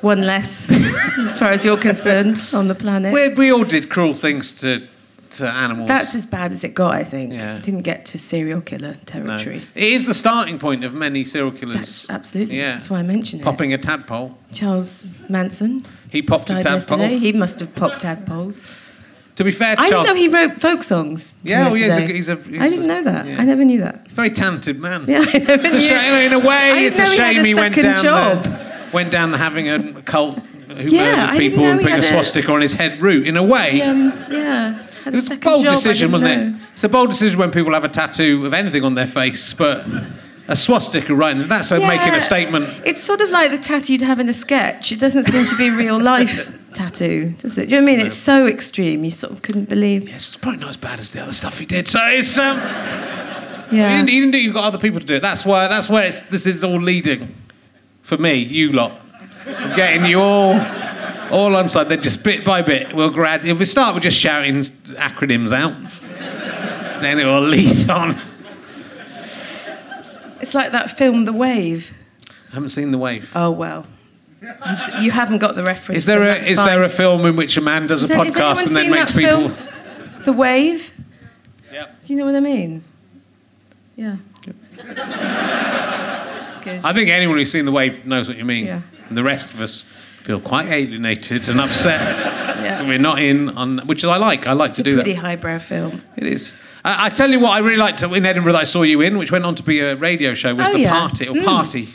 [SPEAKER 4] one less, as far as you're concerned, on the planet.
[SPEAKER 2] We, we all did cruel things to to animals.
[SPEAKER 4] That's as bad as it got, I think.
[SPEAKER 2] Yeah.
[SPEAKER 4] Didn't get to serial killer
[SPEAKER 2] No.
[SPEAKER 4] territory.
[SPEAKER 2] It is the starting point of many serial killers.
[SPEAKER 4] That's absolutely.
[SPEAKER 2] Yeah.
[SPEAKER 4] That's why I mentioned
[SPEAKER 2] popping a tadpole.
[SPEAKER 4] it. Charles Manson
[SPEAKER 2] He popped a
[SPEAKER 4] died
[SPEAKER 2] tadpole.
[SPEAKER 4] yesterday. He must have popped tadpoles.
[SPEAKER 2] To be fair,
[SPEAKER 4] I didn't
[SPEAKER 2] Charles,
[SPEAKER 4] know he wrote folk songs. till
[SPEAKER 2] Yeah, well, he's a-
[SPEAKER 4] yesterday.
[SPEAKER 2] he's a- he's
[SPEAKER 4] I
[SPEAKER 2] a-
[SPEAKER 4] didn't know that.
[SPEAKER 2] yeah.
[SPEAKER 4] I never knew that.
[SPEAKER 2] very talented man.
[SPEAKER 4] Yeah, I never
[SPEAKER 2] It's a
[SPEAKER 4] knew.
[SPEAKER 2] shame, you know, in a
[SPEAKER 4] I
[SPEAKER 2] way,
[SPEAKER 4] didn't
[SPEAKER 2] it's a
[SPEAKER 4] know he had
[SPEAKER 2] shame
[SPEAKER 4] a
[SPEAKER 2] he, went
[SPEAKER 4] second
[SPEAKER 2] down
[SPEAKER 4] job.
[SPEAKER 2] the went down the having a cult who
[SPEAKER 4] Yeah, I
[SPEAKER 2] murdered
[SPEAKER 4] didn't
[SPEAKER 2] people
[SPEAKER 4] know
[SPEAKER 2] and
[SPEAKER 4] he
[SPEAKER 2] putting a
[SPEAKER 4] had a-
[SPEAKER 2] swastika on his head. Root in a way.
[SPEAKER 4] He, um, yeah,
[SPEAKER 2] It
[SPEAKER 4] had a
[SPEAKER 2] was a
[SPEAKER 4] second
[SPEAKER 2] bold
[SPEAKER 4] job, I
[SPEAKER 2] decision,
[SPEAKER 4] didn't
[SPEAKER 2] wasn't
[SPEAKER 4] know.
[SPEAKER 2] it? It's a bold decision when people have a tattoo of anything on their face, but a swastika right in that's a- making
[SPEAKER 4] Yeah.
[SPEAKER 2] a statement.
[SPEAKER 4] It's sort of like the tattoo you'd have in a sketch. It doesn't seem to be real life tattoo, does it? Do you know what I mean? It's so extreme. You sort of couldn't believe.
[SPEAKER 2] Yes, it's probably not as bad as the other stuff he did. So it's um, he,
[SPEAKER 4] Yeah.
[SPEAKER 2] didn't, he didn't do. it, You've got other people to do it. That's why. That's where it's, this is all leading. For me, you lot, I'm getting you all, all on side. Then just bit by bit, we'll grad. If we start with just shouting acronyms out, then it will lead on.
[SPEAKER 4] It's like that film, The Wave.
[SPEAKER 2] I haven't seen the wave.
[SPEAKER 4] Oh well, you, d- you haven't got the reference.
[SPEAKER 2] Is there
[SPEAKER 4] so
[SPEAKER 2] a
[SPEAKER 4] that's
[SPEAKER 2] is
[SPEAKER 4] fine.
[SPEAKER 2] there a film in which a man does a
[SPEAKER 4] Has- has
[SPEAKER 2] podcast and
[SPEAKER 4] anyone
[SPEAKER 2] then
[SPEAKER 4] seen
[SPEAKER 2] makes
[SPEAKER 4] that
[SPEAKER 2] people?
[SPEAKER 4] film, The Wave.
[SPEAKER 2] Yep.
[SPEAKER 4] Do you know what I mean? Yeah. Good.
[SPEAKER 2] I think anyone who's seen the wave knows what you mean.
[SPEAKER 4] Yeah.
[SPEAKER 2] And the rest of us feel quite alienated and upset.
[SPEAKER 4] Yeah.
[SPEAKER 2] that We're not in on which I like. I like
[SPEAKER 4] It's
[SPEAKER 2] to
[SPEAKER 4] a
[SPEAKER 2] do
[SPEAKER 4] pretty
[SPEAKER 2] that.
[SPEAKER 4] highbrow film.
[SPEAKER 2] It is. I, I tell you what, I really liked in Edinburgh that I saw you in, which went on to be a radio show, was
[SPEAKER 4] Oh,
[SPEAKER 2] the
[SPEAKER 4] yeah.
[SPEAKER 2] party or
[SPEAKER 4] Mm,
[SPEAKER 2] party,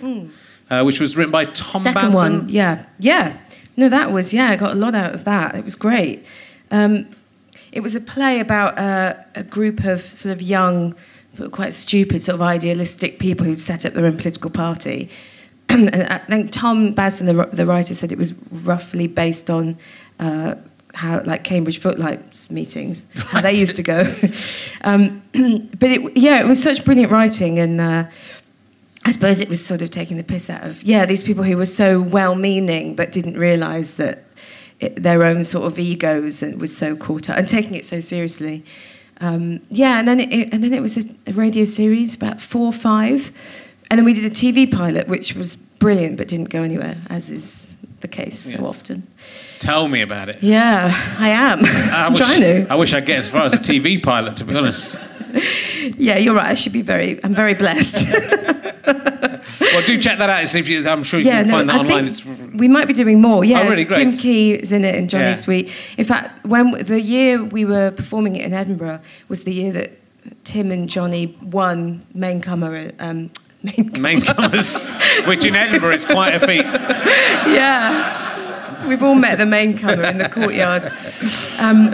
[SPEAKER 2] Uh, which was written by Tom
[SPEAKER 4] Second
[SPEAKER 2] Basden.
[SPEAKER 4] one, yeah, yeah. No, that was yeah. I got a lot out of that. It was great. Um, it was a play about uh, a group of sort of young, but quite stupid, sort of idealistic people who'd set up their own political party. and I think Tom Basden, the, the writer, said it was roughly based on uh, how like Cambridge Footlights meetings, how they
[SPEAKER 2] Right.
[SPEAKER 4] used to go. um, but it, yeah, it was such brilliant writing and. Uh, I suppose it was sort of taking the piss out of yeah these people who were so well-meaning but didn't realise that it, their own sort of egos and was so caught up and taking it so seriously. Um, yeah, and then it, it, and then it was a, a radio series about four or five, and then we did a TV pilot which was brilliant but didn't go anywhere as is the case
[SPEAKER 2] Yes.
[SPEAKER 4] so often.
[SPEAKER 2] Tell me about it.
[SPEAKER 4] Yeah, I am.
[SPEAKER 2] I
[SPEAKER 4] I'm
[SPEAKER 2] wish,
[SPEAKER 4] trying to.
[SPEAKER 2] I wish I'd get as far as a TV pilot, to be honest.
[SPEAKER 4] Yeah, you're right. I should be very. I'm very blessed.
[SPEAKER 2] Well, do check that out. See if you, I'm sure you
[SPEAKER 4] yeah,
[SPEAKER 2] can
[SPEAKER 4] no,
[SPEAKER 2] find that
[SPEAKER 4] I
[SPEAKER 2] online.
[SPEAKER 4] Think
[SPEAKER 2] It's
[SPEAKER 4] we might be doing more. Yeah,
[SPEAKER 2] Oh, really? Great.
[SPEAKER 4] Tim Key is in it and Johnny
[SPEAKER 2] Yeah.
[SPEAKER 4] Sweet. In fact, when the year we were performing it in Edinburgh was the year that Tim and Johnny won main comer. Um, main comer.
[SPEAKER 2] main colours, which in Edinburgh is quite a feat.
[SPEAKER 4] yeah. We've all met the main comer in the courtyard. Um,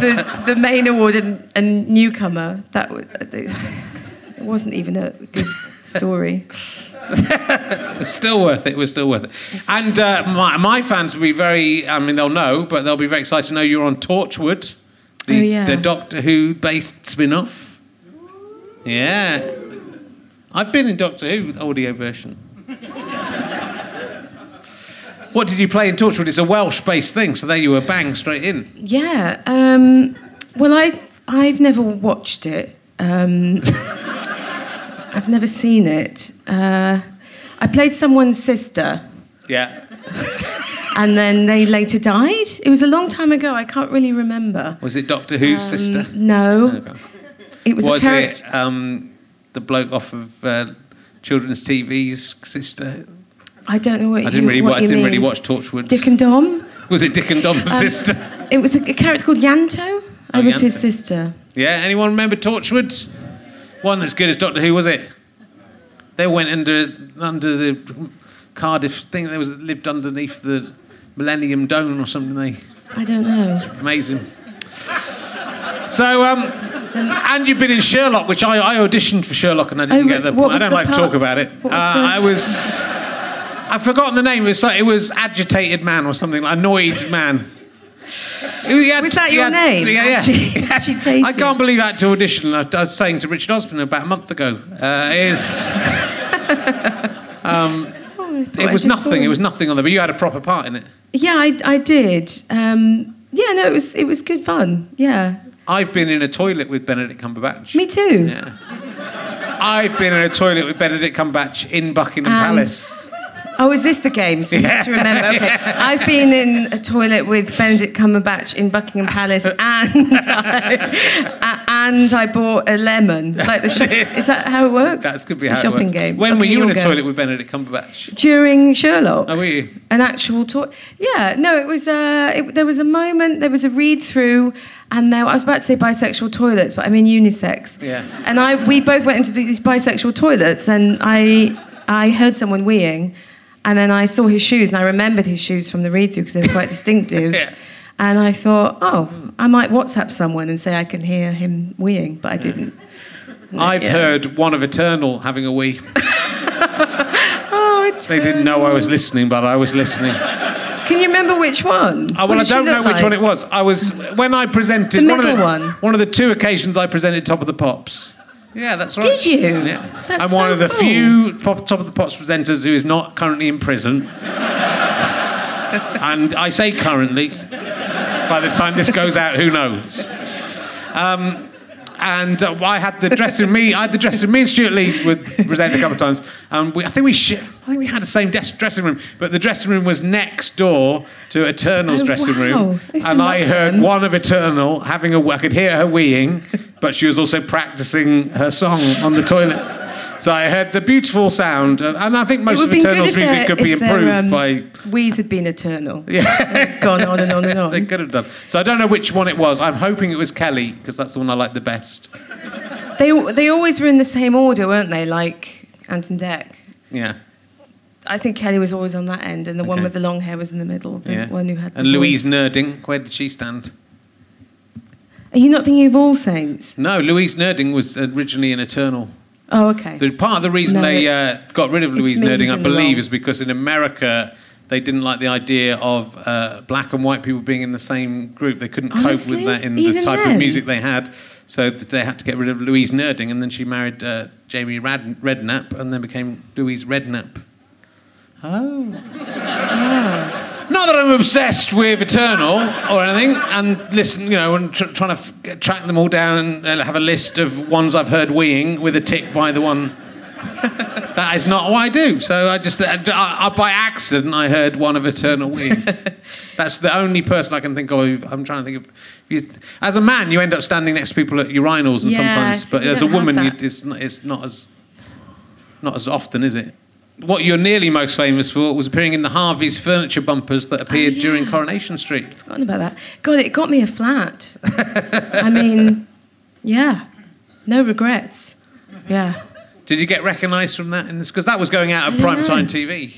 [SPEAKER 4] the, the main award and, and newcomer, that w- uh, it wasn't even a good story.
[SPEAKER 2] It's still worth it. We're still worth it. And uh, my, my fans will be very, I mean, they'll know, but they'll be very excited to know you're on Torchwood, the,
[SPEAKER 4] Oh, yeah.
[SPEAKER 2] the Doctor Who based spin off. Yeah. I've been in Doctor Who, the audio version. what did you play in Torchwood? It's a Welsh based thing, so there you were, bang, straight in.
[SPEAKER 4] Yeah. Um, well, I I've never watched it. Um, I've never seen it. Uh, I played someone's sister,
[SPEAKER 2] Yeah.
[SPEAKER 4] and then they later died. It was a long time ago. I can't really remember.
[SPEAKER 2] Was it Doctor Who's sister?
[SPEAKER 4] No,
[SPEAKER 2] Okay.
[SPEAKER 4] it Um, was,
[SPEAKER 2] was
[SPEAKER 4] a character.
[SPEAKER 2] it um, the bloke off of uh, children's TV's sister?
[SPEAKER 4] I don't know what
[SPEAKER 2] I didn't
[SPEAKER 4] you,
[SPEAKER 2] really.
[SPEAKER 4] what
[SPEAKER 2] wa- I
[SPEAKER 4] you
[SPEAKER 2] didn't really
[SPEAKER 4] mean.
[SPEAKER 2] watch Torchwood.
[SPEAKER 4] Dick and Dom.
[SPEAKER 2] was it Dick and Dom's
[SPEAKER 4] Um,
[SPEAKER 2] sister?
[SPEAKER 4] It was a, a character called Yanto. I
[SPEAKER 2] Oh,
[SPEAKER 4] was his
[SPEAKER 2] Yanto.
[SPEAKER 4] sister.
[SPEAKER 2] Yeah. Anyone remember Torchwood? One as good as Doctor Who was it? They went under under the Cardiff thing. They was lived underneath the Millennium Dome or something. They
[SPEAKER 4] I don't know.
[SPEAKER 2] amazing. So um, and you've been in Sherlock, which I, I auditioned for Sherlock and I didn't
[SPEAKER 4] Oh,
[SPEAKER 2] get the.
[SPEAKER 4] what
[SPEAKER 2] I
[SPEAKER 4] was
[SPEAKER 2] don't
[SPEAKER 4] the
[SPEAKER 2] like to
[SPEAKER 4] part-
[SPEAKER 2] talk about it.
[SPEAKER 4] what was
[SPEAKER 2] uh,
[SPEAKER 4] the-
[SPEAKER 2] I was. I've forgotten the name. It was, so- it was agitated man or something, like annoyed man. He had-
[SPEAKER 4] Was that
[SPEAKER 2] he
[SPEAKER 4] your
[SPEAKER 2] had-
[SPEAKER 4] name?
[SPEAKER 2] Yeah, yeah.
[SPEAKER 4] Agi- agitated.
[SPEAKER 2] I can't believe I had to audition. I, I was saying to Richard Osborne about a month ago. Uh, is
[SPEAKER 4] Oh, I thought
[SPEAKER 2] it
[SPEAKER 4] I
[SPEAKER 2] was
[SPEAKER 4] just saw
[SPEAKER 2] nothing. It
[SPEAKER 4] him.
[SPEAKER 2] was nothing on there, but you had a proper part in it.
[SPEAKER 4] Yeah, I, I did. Um, yeah, no, it was it was good fun. Yeah,
[SPEAKER 2] I've been in a toilet with Benedict Cumberbatch.
[SPEAKER 4] me too.
[SPEAKER 2] Yeah. I've been in a toilet with Benedict Cumberbatch in Buckingham
[SPEAKER 4] And-
[SPEAKER 2] Palace.
[SPEAKER 4] Oh, is this the game? So you have to remember. Okay, I've been in a toilet with Benedict Cumberbatch in Buckingham Palace, and I, a- and I bought a lemon. Like the shop, is that how it works?
[SPEAKER 2] That's could be
[SPEAKER 4] The
[SPEAKER 2] how it
[SPEAKER 4] shopping
[SPEAKER 2] works.
[SPEAKER 4] game.
[SPEAKER 2] When were
[SPEAKER 4] Okay,
[SPEAKER 2] you in
[SPEAKER 4] your
[SPEAKER 2] a
[SPEAKER 4] go.
[SPEAKER 2] toilet with Benedict Cumberbatch?
[SPEAKER 4] during Sherlock?
[SPEAKER 2] Oh, were you?
[SPEAKER 4] an actual talk. Yeah, no, it was. Uh, it, there was a moment. There was a read through, and there. I was about to say bisexual toilets, but I mean unisex.
[SPEAKER 2] Yeah.
[SPEAKER 4] And I, we both went into these bisexual toilets, and I, I heard someone weeing, and then I saw his shoes, and I remembered his shoes from the read through because they were quite distinctive.
[SPEAKER 2] Yeah.
[SPEAKER 4] And I thought, oh, I might WhatsApp someone and say I can hear him weeing, but I didn't.
[SPEAKER 2] I've
[SPEAKER 4] Yeah.
[SPEAKER 2] heard one of Eternal having a wee.
[SPEAKER 4] Oh,
[SPEAKER 2] They didn't know I was listening, but I was listening.
[SPEAKER 4] Can you remember which one?
[SPEAKER 2] Uh,
[SPEAKER 4] What
[SPEAKER 2] well, I
[SPEAKER 4] did she
[SPEAKER 2] don't know
[SPEAKER 4] look
[SPEAKER 2] which
[SPEAKER 4] like?
[SPEAKER 2] one it was. I was when I presented
[SPEAKER 4] The
[SPEAKER 2] one, of the,
[SPEAKER 4] middle one.
[SPEAKER 2] one of the two occasions I presented Top of the Pops. Yeah, that's right.
[SPEAKER 4] Did you?
[SPEAKER 2] Yeah.
[SPEAKER 4] That's
[SPEAKER 2] I'm one
[SPEAKER 4] so
[SPEAKER 2] of the
[SPEAKER 4] cool.
[SPEAKER 2] few pop, Top of the Pops presenters who is not currently in prison. and I say currently. By the time this goes out, who knows? Um, and uh, I had the dressing me. I had the dressing me and Stuart Lee would present a couple of times. Um, we, I think we sh- I think we had the same des- dressing room, but the dressing room was next door to Eternal's
[SPEAKER 4] Oh,
[SPEAKER 2] dressing
[SPEAKER 4] wow.
[SPEAKER 2] room,
[SPEAKER 4] I used to
[SPEAKER 2] and I
[SPEAKER 4] love
[SPEAKER 2] heard
[SPEAKER 4] them.
[SPEAKER 2] one of Eternal having a. I could hear her weeing, but she was also practicing her song on the toilet. So I heard the beautiful sound, uh, and I think
[SPEAKER 4] It
[SPEAKER 2] most
[SPEAKER 4] would
[SPEAKER 2] of
[SPEAKER 4] have been good
[SPEAKER 2] Eternal's
[SPEAKER 4] if
[SPEAKER 2] music
[SPEAKER 4] their-
[SPEAKER 2] could be
[SPEAKER 4] if their,
[SPEAKER 2] improved
[SPEAKER 4] um,
[SPEAKER 2] by
[SPEAKER 4] Wheeze had been eternal.
[SPEAKER 2] yeah.
[SPEAKER 4] Gone on and on and on.
[SPEAKER 2] they could have done. So I don't know which one it was. I'm hoping it was Kelly because that's the one I like the best.
[SPEAKER 4] They they always were in the same order, weren't they? Like Anton Deck.
[SPEAKER 2] Yeah.
[SPEAKER 4] I think Kelly was always on that end, and the one
[SPEAKER 2] Okay.
[SPEAKER 4] with the long hair was in the middle. The
[SPEAKER 2] yeah.
[SPEAKER 4] one who had. the
[SPEAKER 2] and Louise
[SPEAKER 4] voice.
[SPEAKER 2] Nerding, where did she stand?
[SPEAKER 4] Are you not thinking of All Saints?
[SPEAKER 2] No, Louise Nerding was originally an Eternal.
[SPEAKER 4] Oh, okay.
[SPEAKER 2] The part of the reason
[SPEAKER 4] No,
[SPEAKER 2] they uh, got rid of
[SPEAKER 4] it's
[SPEAKER 2] Louise
[SPEAKER 4] me who's
[SPEAKER 2] Nerding, I
[SPEAKER 4] in the
[SPEAKER 2] believe,
[SPEAKER 4] wrong.
[SPEAKER 2] is because in America they didn't like the idea of uh, black and white people being in the same group. They couldn't cope
[SPEAKER 4] Honestly?
[SPEAKER 2] with that in the
[SPEAKER 4] Even
[SPEAKER 2] type of
[SPEAKER 4] then?
[SPEAKER 2] music they had, so th- they had to get rid of Louise Nerding, and then she married uh, Jamie Rad- Redknapp, and then became Louise Redknapp.
[SPEAKER 4] Oh. Ah.
[SPEAKER 2] Not that I'm obsessed with Eternal or anything, and listen, you know, and tr- trying to f- get- track them all down and uh, have a list of ones I've heard weeing with a tick by the one. that is not what I do. So I just, uh, I, I, by accident, I heard one of Eternal weeing. That's the only person I can think of. who- I'm trying to think of. You, as a man, you end up standing next to people at urinals, and
[SPEAKER 4] Yeah,
[SPEAKER 2] sometimes,
[SPEAKER 4] so
[SPEAKER 2] but
[SPEAKER 4] you
[SPEAKER 2] as a
[SPEAKER 4] don't have
[SPEAKER 2] woman, you,
[SPEAKER 4] that.
[SPEAKER 2] it's, not, it's not as not as often, is it? What you're nearly most famous for was appearing in the Harvey's furniture bumpers that appeared
[SPEAKER 4] Oh, yeah.
[SPEAKER 2] during Coronation Street.
[SPEAKER 4] Forgotten about that. God, it got me a flat. I mean, yeah, no regrets. Yeah.
[SPEAKER 2] Did you get recognised from that? Because that was going out
[SPEAKER 4] I
[SPEAKER 2] at
[SPEAKER 4] don't
[SPEAKER 2] prime time
[SPEAKER 4] know.
[SPEAKER 2] TV.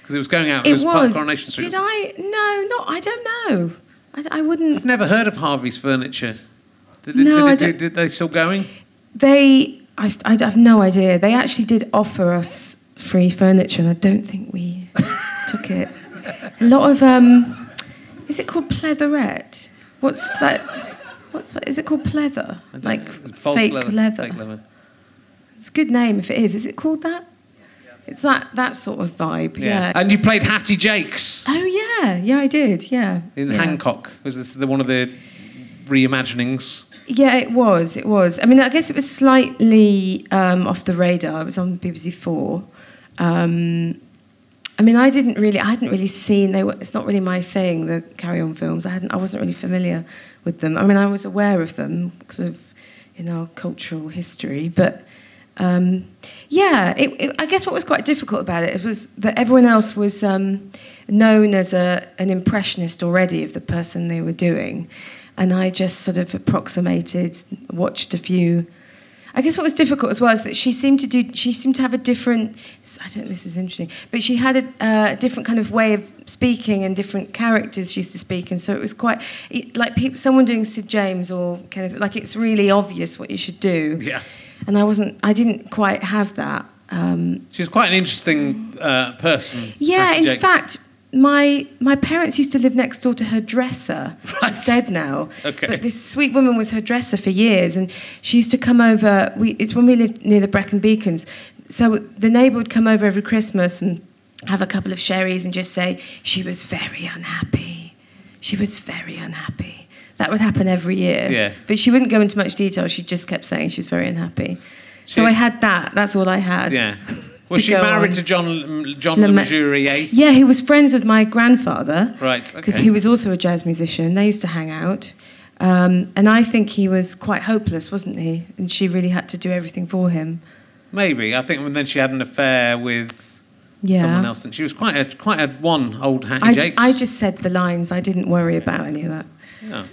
[SPEAKER 2] Because it was going out. It, was, part of Coronation Street.
[SPEAKER 4] Did I? No, not. I don't know. I, I wouldn't.
[SPEAKER 2] I've never heard of Harvey's furniture. Did, it-
[SPEAKER 4] No,
[SPEAKER 2] did, it-
[SPEAKER 4] I
[SPEAKER 2] did,
[SPEAKER 4] don't-
[SPEAKER 2] did they still going?
[SPEAKER 4] They. I, I have no idea. They actually did offer us free furniture, and I don't think we took it. A lot of. Um, is it called pleatherette? What's that? What's that? Is it called pleather?
[SPEAKER 2] I don't
[SPEAKER 4] Like
[SPEAKER 2] know. False
[SPEAKER 4] fake leather.
[SPEAKER 2] Fake leather.
[SPEAKER 4] It's a good name if it is. Is it called that? It's that that sort of vibe. Yeah.
[SPEAKER 2] And you played Hattie Jakes
[SPEAKER 4] oh yeah, yeah, I did. Yeah.
[SPEAKER 2] in
[SPEAKER 4] yeah.
[SPEAKER 2] Hancock. Was this the one of the reimaginings?
[SPEAKER 4] Yeah, it was. It was. I mean, I guess it was slightly um, off the radar. It was on BBC Four. Um, I mean, I didn't really. I hadn't really seen. They were. It's not really my thing. The Carry On films. I hadn't. I wasn't really familiar with them. I mean, I was aware of them sort of in our cultural history, but. Um, yeah, it, it, I guess what was quite difficult about it, it was that everyone else was um, known as a, an impressionist already of the person they were doing. And I just sort of approximated, watched a few. I guess what was difficult as well is that she seemed to do, she seemed to have a different, I don't, this is interesting, but she had a uh, different kind of way of speaking and different characters she used to speak. And so it was quite, it, like peop someone doing Sid James or Kenneth, like it's really obvious what you should do
[SPEAKER 2] Yeah.
[SPEAKER 4] and I wasn't, I didn't quite have that. Um,
[SPEAKER 2] She's quite an interesting uh, person.
[SPEAKER 4] yeah,
[SPEAKER 2] Hattie
[SPEAKER 4] in
[SPEAKER 2] Jakes.
[SPEAKER 4] fact, my my parents used to live next door to her dresser.
[SPEAKER 2] Right.
[SPEAKER 4] She's dead now.
[SPEAKER 2] Okay.
[SPEAKER 4] But this sweet woman was her dresser for years, and she used to come over. We, it's when we lived near the Brecon Beacons, so the neighbour would come over every Christmas and have a couple of sherries and just say she was very unhappy. She was very unhappy. That would happen every year.
[SPEAKER 2] Yeah.
[SPEAKER 4] But she wouldn't go into much detail. She just kept saying she was very unhappy. so
[SPEAKER 2] She-
[SPEAKER 4] I had that. That's all I had.
[SPEAKER 2] Yeah. Was
[SPEAKER 4] to
[SPEAKER 2] she
[SPEAKER 4] go
[SPEAKER 2] married
[SPEAKER 4] on.
[SPEAKER 2] to John John Le
[SPEAKER 4] Lema-
[SPEAKER 2] Mesurier?
[SPEAKER 4] Yeah, he was friends with my grandfather.
[SPEAKER 2] Right,
[SPEAKER 4] Because
[SPEAKER 2] okay.
[SPEAKER 4] he was also a jazz musician. They used to hang out. Um, and I think he was quite hopeless, wasn't he? And she really had to do everything for him.
[SPEAKER 2] Maybe. I think and then she had an affair with
[SPEAKER 4] Yeah.
[SPEAKER 2] someone else, and she was quite a quite a one old Hattie
[SPEAKER 4] I, ju-
[SPEAKER 2] Jakes.
[SPEAKER 4] I just said the lines. I didn't worry about any of that.
[SPEAKER 2] Yeah.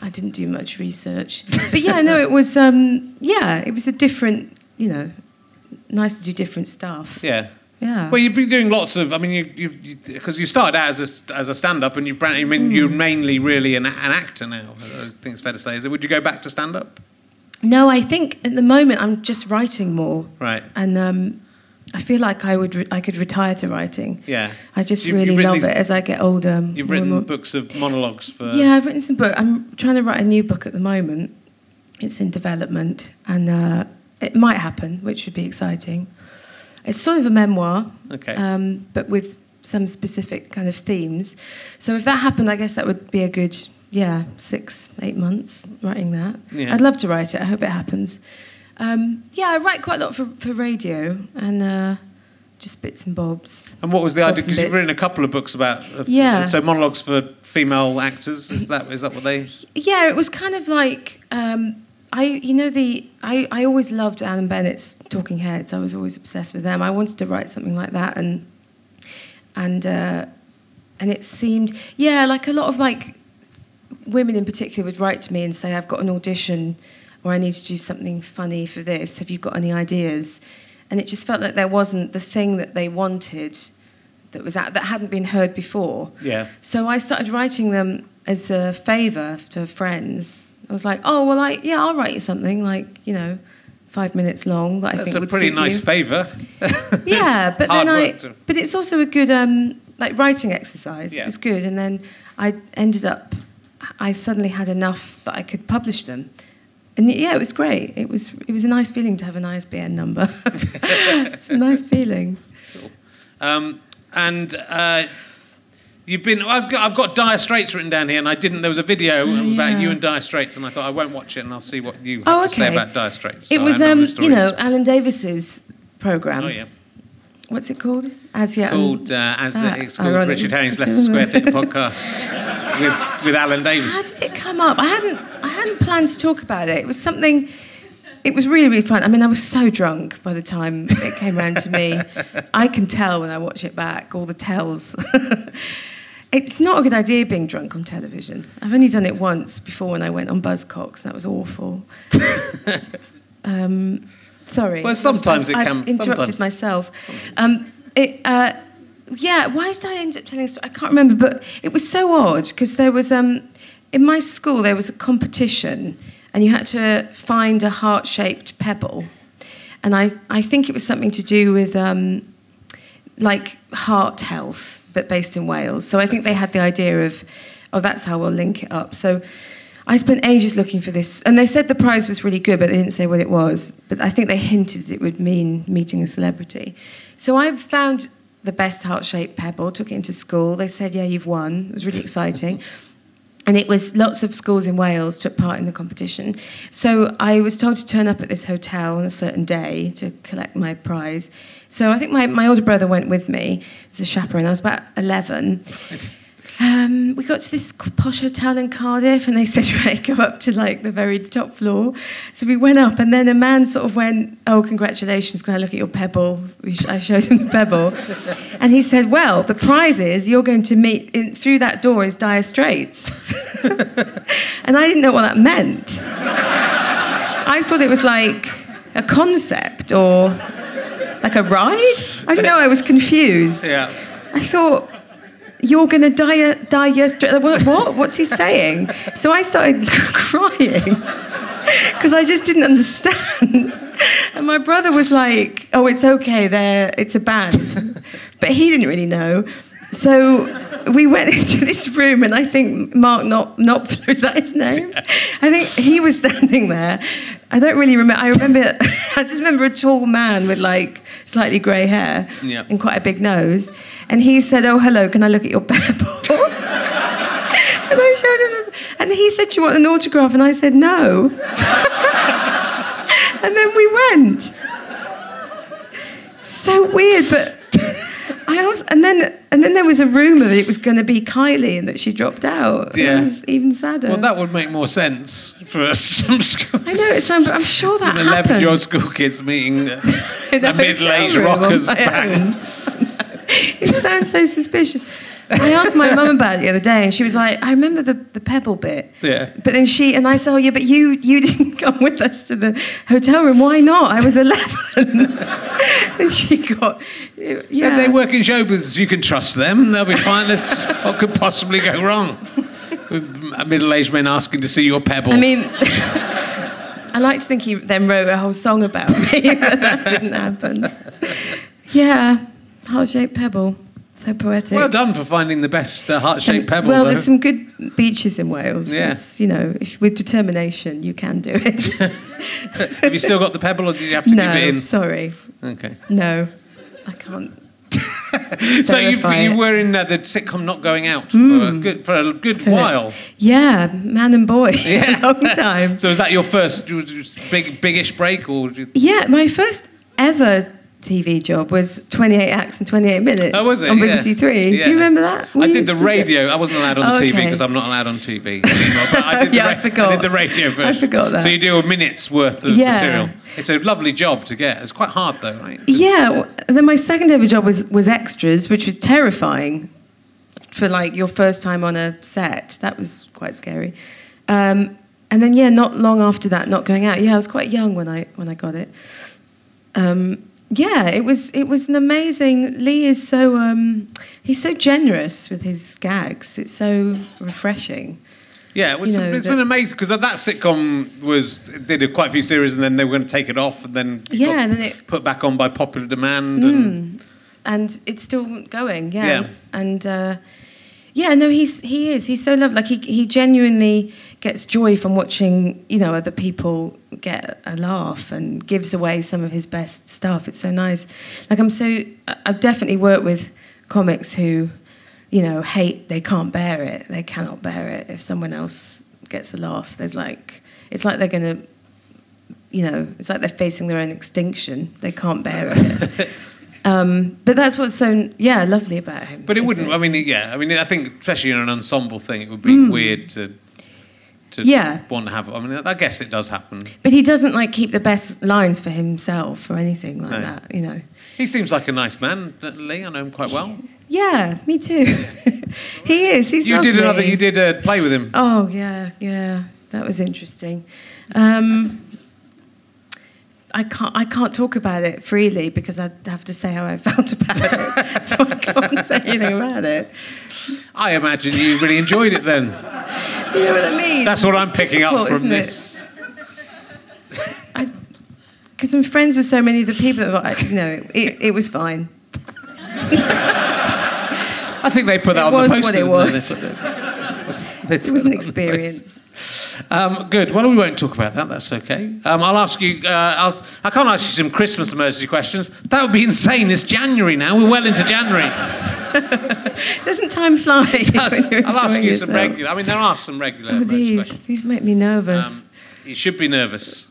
[SPEAKER 4] I didn't do much research. But yeah, no, it was, um, yeah, it was a different, you know, nice to do different stuff.
[SPEAKER 2] Yeah.
[SPEAKER 4] Yeah.
[SPEAKER 2] Well, you've been doing lots of. I mean, you because you, because you started out as a, as a stand up, and you've. brand- I
[SPEAKER 4] Hmm.
[SPEAKER 2] mean, you're mainly really an, an actor now. I think it's fair to say. Is it? Would you go back to stand up?
[SPEAKER 4] no, I think at the moment I'm just writing more.
[SPEAKER 2] Right.
[SPEAKER 4] And um, I feel like I would re- I could retire to writing.
[SPEAKER 2] Yeah.
[SPEAKER 4] I just
[SPEAKER 2] You've-
[SPEAKER 4] really
[SPEAKER 2] you've written
[SPEAKER 4] love
[SPEAKER 2] these-
[SPEAKER 4] it as I get older.
[SPEAKER 2] You've
[SPEAKER 4] more and
[SPEAKER 2] written
[SPEAKER 4] more-
[SPEAKER 2] books of monologues for.
[SPEAKER 4] Yeah, I've written some book. I'm trying to write a new book at the moment. It's in development, and uh, it might happen, which would be exciting. It's sort of a memoir,
[SPEAKER 2] Okay.
[SPEAKER 4] um, but with some specific kind of themes. So if that happened, I guess that would be a good yeah six eight months writing that.
[SPEAKER 2] Yeah.
[SPEAKER 4] I'd love to write it. I hope it happens. Um, yeah, I write quite a lot for, for radio and uh, just bits and bobs.
[SPEAKER 2] And what was the idea?
[SPEAKER 4] Bobs and
[SPEAKER 2] Because you've
[SPEAKER 4] bits.
[SPEAKER 2] written a couple of books about. Of,
[SPEAKER 4] Yeah.
[SPEAKER 2] So monologues for female actors. Is that is that what they?
[SPEAKER 4] yeah, it was kind of like um, I, you know, the I, I always loved Alan Bennett's Talking Heads. I was always obsessed with them. I wanted to write something like that, and and uh, and it seemed yeah, like a lot of like women in particular would write to me and say, I've got an audition or I need to do something funny for this. Have you got any ideas? And it just felt like there wasn't the thing that they wanted that was out, that hadn't been heard before.
[SPEAKER 2] Yeah.
[SPEAKER 4] So I started writing them as a favour to friends. I was like, oh well, I yeah, I'll write you something like you know, five minutes long. That I
[SPEAKER 2] That's
[SPEAKER 4] think
[SPEAKER 2] a
[SPEAKER 4] would
[SPEAKER 2] pretty
[SPEAKER 4] suit
[SPEAKER 2] nice
[SPEAKER 4] you."
[SPEAKER 2] favour.
[SPEAKER 4] yeah,
[SPEAKER 2] It's
[SPEAKER 4] but
[SPEAKER 2] hard
[SPEAKER 4] then I.
[SPEAKER 2] work to-
[SPEAKER 4] But it's also a good um, like writing exercise.
[SPEAKER 2] Yeah.
[SPEAKER 4] It was good, and then I ended up. I suddenly had enough that I could publish them, and yeah, it was great. It was it was a nice feeling to have an ISBN number. it's a nice feeling.
[SPEAKER 2] Um, and uh, you've been. I've got, I've got Dire Straits written down here, and I didn't. There was a video
[SPEAKER 4] Oh,
[SPEAKER 2] about
[SPEAKER 4] yeah.
[SPEAKER 2] you and Dire Straits, and I thought I won't watch it, and I'll see what you have
[SPEAKER 4] Oh,
[SPEAKER 2] to say
[SPEAKER 4] okay.
[SPEAKER 2] about Dire Straits.
[SPEAKER 4] it
[SPEAKER 2] So I
[SPEAKER 4] was
[SPEAKER 2] know
[SPEAKER 4] um,
[SPEAKER 2] the
[SPEAKER 4] you know um,
[SPEAKER 2] stories.
[SPEAKER 4] Alan Davis's program.
[SPEAKER 2] Oh yeah.
[SPEAKER 4] What's it called? As yet.
[SPEAKER 2] Called uh, as
[SPEAKER 4] Ah,
[SPEAKER 2] it's called
[SPEAKER 4] um, ironic.
[SPEAKER 2] Richard Herring's Leicester Square Theatre podcast with with Alan Davies.
[SPEAKER 4] How did it come up? I hadn't I hadn't planned to talk about it. It was something. It was really really fun. I mean, I was so drunk by the time it came round to me. I can tell when I watch it back all the tells. it's not a good idea being drunk on television. I've only done it once before when I went on Buzzcocks. That was awful. um, sorry.
[SPEAKER 2] Well, sometimes it
[SPEAKER 4] I've
[SPEAKER 2] can-
[SPEAKER 4] interrupted
[SPEAKER 2] sometimes.
[SPEAKER 4] myself. Um, it. Uh, yeah, why did I end up telling a story? I can't remember, but it was so odd because there was um, in my school there was a competition, and you had to find a heart-shaped pebble, and I I think it was something to do with um, like heart health, but based in Wales. So I think they had the idea of, oh, that's how we'll link it up. So I spent ages looking for this, and they said the prize was really good, but they didn't say what it was. But I think they hinted that it would mean meeting a celebrity. So I found the best heart shaped pebble, took it into school. They said, yeah, you've won. It was really exciting. And it was lots of schools in Wales took part in the competition. So I was told to turn up at this hotel on a certain day to collect my prize. So I think my, my older brother went with me as a chaperone. I was about 11. Um, we got to this posh hotel in Cardiff and they said, right, go up to like the very top floor. So we went up and then a man sort of went, oh, congratulations, can I look at your pebble? We sh- I showed him the pebble. And he said, well, the prize is you're going to meet, in, through that door is Dire Straits. and I didn't know what that meant. I thought it was like a concept or like a ride. I don't know, I was confused.
[SPEAKER 2] Yeah.
[SPEAKER 4] I thought, you're going to die, a- die your stra- What, what? What's he saying? So I started crying because I just didn't understand. And my brother was like, oh, it's okay, there, it's a band. But he didn't really know. So we went into this room, and I think Mark Knop, Knopfler, is that his name? I think he was standing there. I don't really remember. I remember, I just remember a tall man with like slightly grey hair
[SPEAKER 2] Yeah.
[SPEAKER 4] and quite a big nose. And he said, Oh, hello, can I look at your pebble? And I showed him, and he said, "Do you want an autograph?" And I said, "No." and then we went. So weird, but I asked, and then and then there was a rumor that it was going to be Kylie and that she dropped out.
[SPEAKER 2] Yeah.
[SPEAKER 4] it was even sadder.
[SPEAKER 2] Well, that would make more sense for some schools.
[SPEAKER 4] I know it sounds, but I'm sure that
[SPEAKER 2] Some
[SPEAKER 4] happened.
[SPEAKER 2] eleven-year-old school kids meeting uh, a
[SPEAKER 4] in a
[SPEAKER 2] middle-aged
[SPEAKER 4] hotel room on
[SPEAKER 2] rockers
[SPEAKER 4] my
[SPEAKER 2] band.
[SPEAKER 4] own. it sounds so suspicious. I asked my mum about it the other day, and she was like, "I remember the, the pebble bit."
[SPEAKER 2] Yeah.
[SPEAKER 4] But then she and I said, "Oh yeah, but you you didn't come with us to the hotel room. Why not? I was 11." and she got yeah.
[SPEAKER 2] Yeah. They work in show business. You can trust them. They'll be fine. This what could possibly go wrong? Middle-aged men asking to see your pebble.
[SPEAKER 4] I mean, I like to think he then wrote a whole song about me, but that didn't happen. Yeah, heart shaped pebble. So poetic.
[SPEAKER 2] Well done for finding the best uh, heart-shaped
[SPEAKER 4] And-
[SPEAKER 2] pebble.
[SPEAKER 4] Well,
[SPEAKER 2] though.
[SPEAKER 4] there's some good beaches in Wales.
[SPEAKER 2] Yeah.
[SPEAKER 4] It's, you know, if, with determination, you can do it.
[SPEAKER 2] Have you still got the pebble, or did you have to
[SPEAKER 4] no,
[SPEAKER 2] give it in?
[SPEAKER 4] sorry.
[SPEAKER 2] Okay.
[SPEAKER 4] No, I can't.
[SPEAKER 2] So you,
[SPEAKER 4] Verify
[SPEAKER 2] you
[SPEAKER 4] it. Hmm.
[SPEAKER 2] were in uh, the sitcom Not Going Out for a good for a good while.
[SPEAKER 4] Yeah, man and boy.
[SPEAKER 2] Yeah.
[SPEAKER 4] a long time.
[SPEAKER 2] So was that your first big biggish break, or did you-
[SPEAKER 4] Yeah, my first ever TV job was 28 acts in 28 minutes.
[SPEAKER 2] oh, was it
[SPEAKER 4] On
[SPEAKER 2] Yeah.
[SPEAKER 4] BBC Three.
[SPEAKER 2] Yeah.
[SPEAKER 4] Do you remember that? Were
[SPEAKER 2] I
[SPEAKER 4] you-
[SPEAKER 2] did the radio. I wasn't allowed on the TV
[SPEAKER 4] Okay.
[SPEAKER 2] because I'm not allowed on TV. Anymore, but I did the
[SPEAKER 4] Yeah, I
[SPEAKER 2] ra-
[SPEAKER 4] forgot.
[SPEAKER 2] I did the radio
[SPEAKER 4] I
[SPEAKER 2] version.
[SPEAKER 4] forgot that.
[SPEAKER 2] So you do a minute's worth of
[SPEAKER 4] Yeah.
[SPEAKER 2] material. It's a lovely job to get. It's quite hard though, right?
[SPEAKER 4] Yeah. w- Then my second ever job was, was extras, which was terrifying for like your first time on a set. That was quite scary. Um, and then yeah, not long after that, not going out. Yeah, I was quite young when I when I got it. Um, yeah, it was it was an amazing. Lee is so um, he's so generous with his gags. It's so refreshing.
[SPEAKER 2] Yeah, it was,
[SPEAKER 4] You know,
[SPEAKER 2] it's been
[SPEAKER 4] that-
[SPEAKER 2] amazing because that sitcom was they did quite a few series and then they were going to take it off and then it
[SPEAKER 4] Yeah,
[SPEAKER 2] got
[SPEAKER 4] and then it- Hmm,
[SPEAKER 2] put back on by popular demand. And,
[SPEAKER 4] and it's still going. Yeah.
[SPEAKER 2] Yeah.
[SPEAKER 4] And uh, yeah, no, he's he is. He's so loved. Like he he genuinely gets joy from watching you know other people get a laugh and gives away some of his best stuff. It's so nice. Like I'm so I- I've definitely worked with comics who you know hate they can't bear it. They cannot bear it if someone else gets a laugh. There's like it's like they're gonna. You know, it's like they're facing their own extinction. They can't bear it. Um, but that's what's so yeah lovely about him.
[SPEAKER 2] but it
[SPEAKER 4] is
[SPEAKER 2] wouldn't. I mean, yeah. I mean, I think especially in an ensemble thing, it would be weird to to
[SPEAKER 4] Hmm. Yeah.
[SPEAKER 2] want to have. I mean, I guess it does happen.
[SPEAKER 4] But he doesn't like keep the best lines for himself or anything like
[SPEAKER 2] No.
[SPEAKER 4] that. You know.
[SPEAKER 2] He seems like a nice man, uh, Lee. I know him quite well.
[SPEAKER 4] Yeah, me too. he is. He's
[SPEAKER 2] you did
[SPEAKER 4] lovely.
[SPEAKER 2] another. You did a play with him.
[SPEAKER 4] Oh yeah, yeah. That was interesting. Um, I can't. I can't talk about it freely because I'd have to say how I felt about it. so I can't say anything about it.
[SPEAKER 2] I imagine you really enjoyed it then.
[SPEAKER 4] You know what I mean?
[SPEAKER 2] That's what I'm
[SPEAKER 4] It's
[SPEAKER 2] picking up
[SPEAKER 4] difficult,
[SPEAKER 2] from
[SPEAKER 4] isn't it?
[SPEAKER 2] this.
[SPEAKER 4] because I'm friends with so many of the people. That I, you know, it, it was fine.
[SPEAKER 2] I think they put that
[SPEAKER 4] It
[SPEAKER 2] on
[SPEAKER 4] was
[SPEAKER 2] the
[SPEAKER 4] what
[SPEAKER 2] poster.
[SPEAKER 4] it
[SPEAKER 2] didn't they?
[SPEAKER 4] was.
[SPEAKER 2] They
[SPEAKER 4] It
[SPEAKER 2] put
[SPEAKER 4] was
[SPEAKER 2] that on the poster.
[SPEAKER 4] an experience.
[SPEAKER 2] Um, good. Well, we won't talk about that. That's okay. Um, I'll ask you. Uh, I'll, I can't ask you some Christmas emergency questions. That would be insane. It's January now. We're well into January.
[SPEAKER 4] Doesn't time fly?
[SPEAKER 2] Plus,
[SPEAKER 4] when you're
[SPEAKER 2] I'll ask
[SPEAKER 4] enjoying
[SPEAKER 2] you some
[SPEAKER 4] yourself?
[SPEAKER 2] regular. I mean, there are some regular
[SPEAKER 4] Oh,
[SPEAKER 2] emergency
[SPEAKER 4] these, these make me nervous.
[SPEAKER 2] questions. Um, you should be nervous.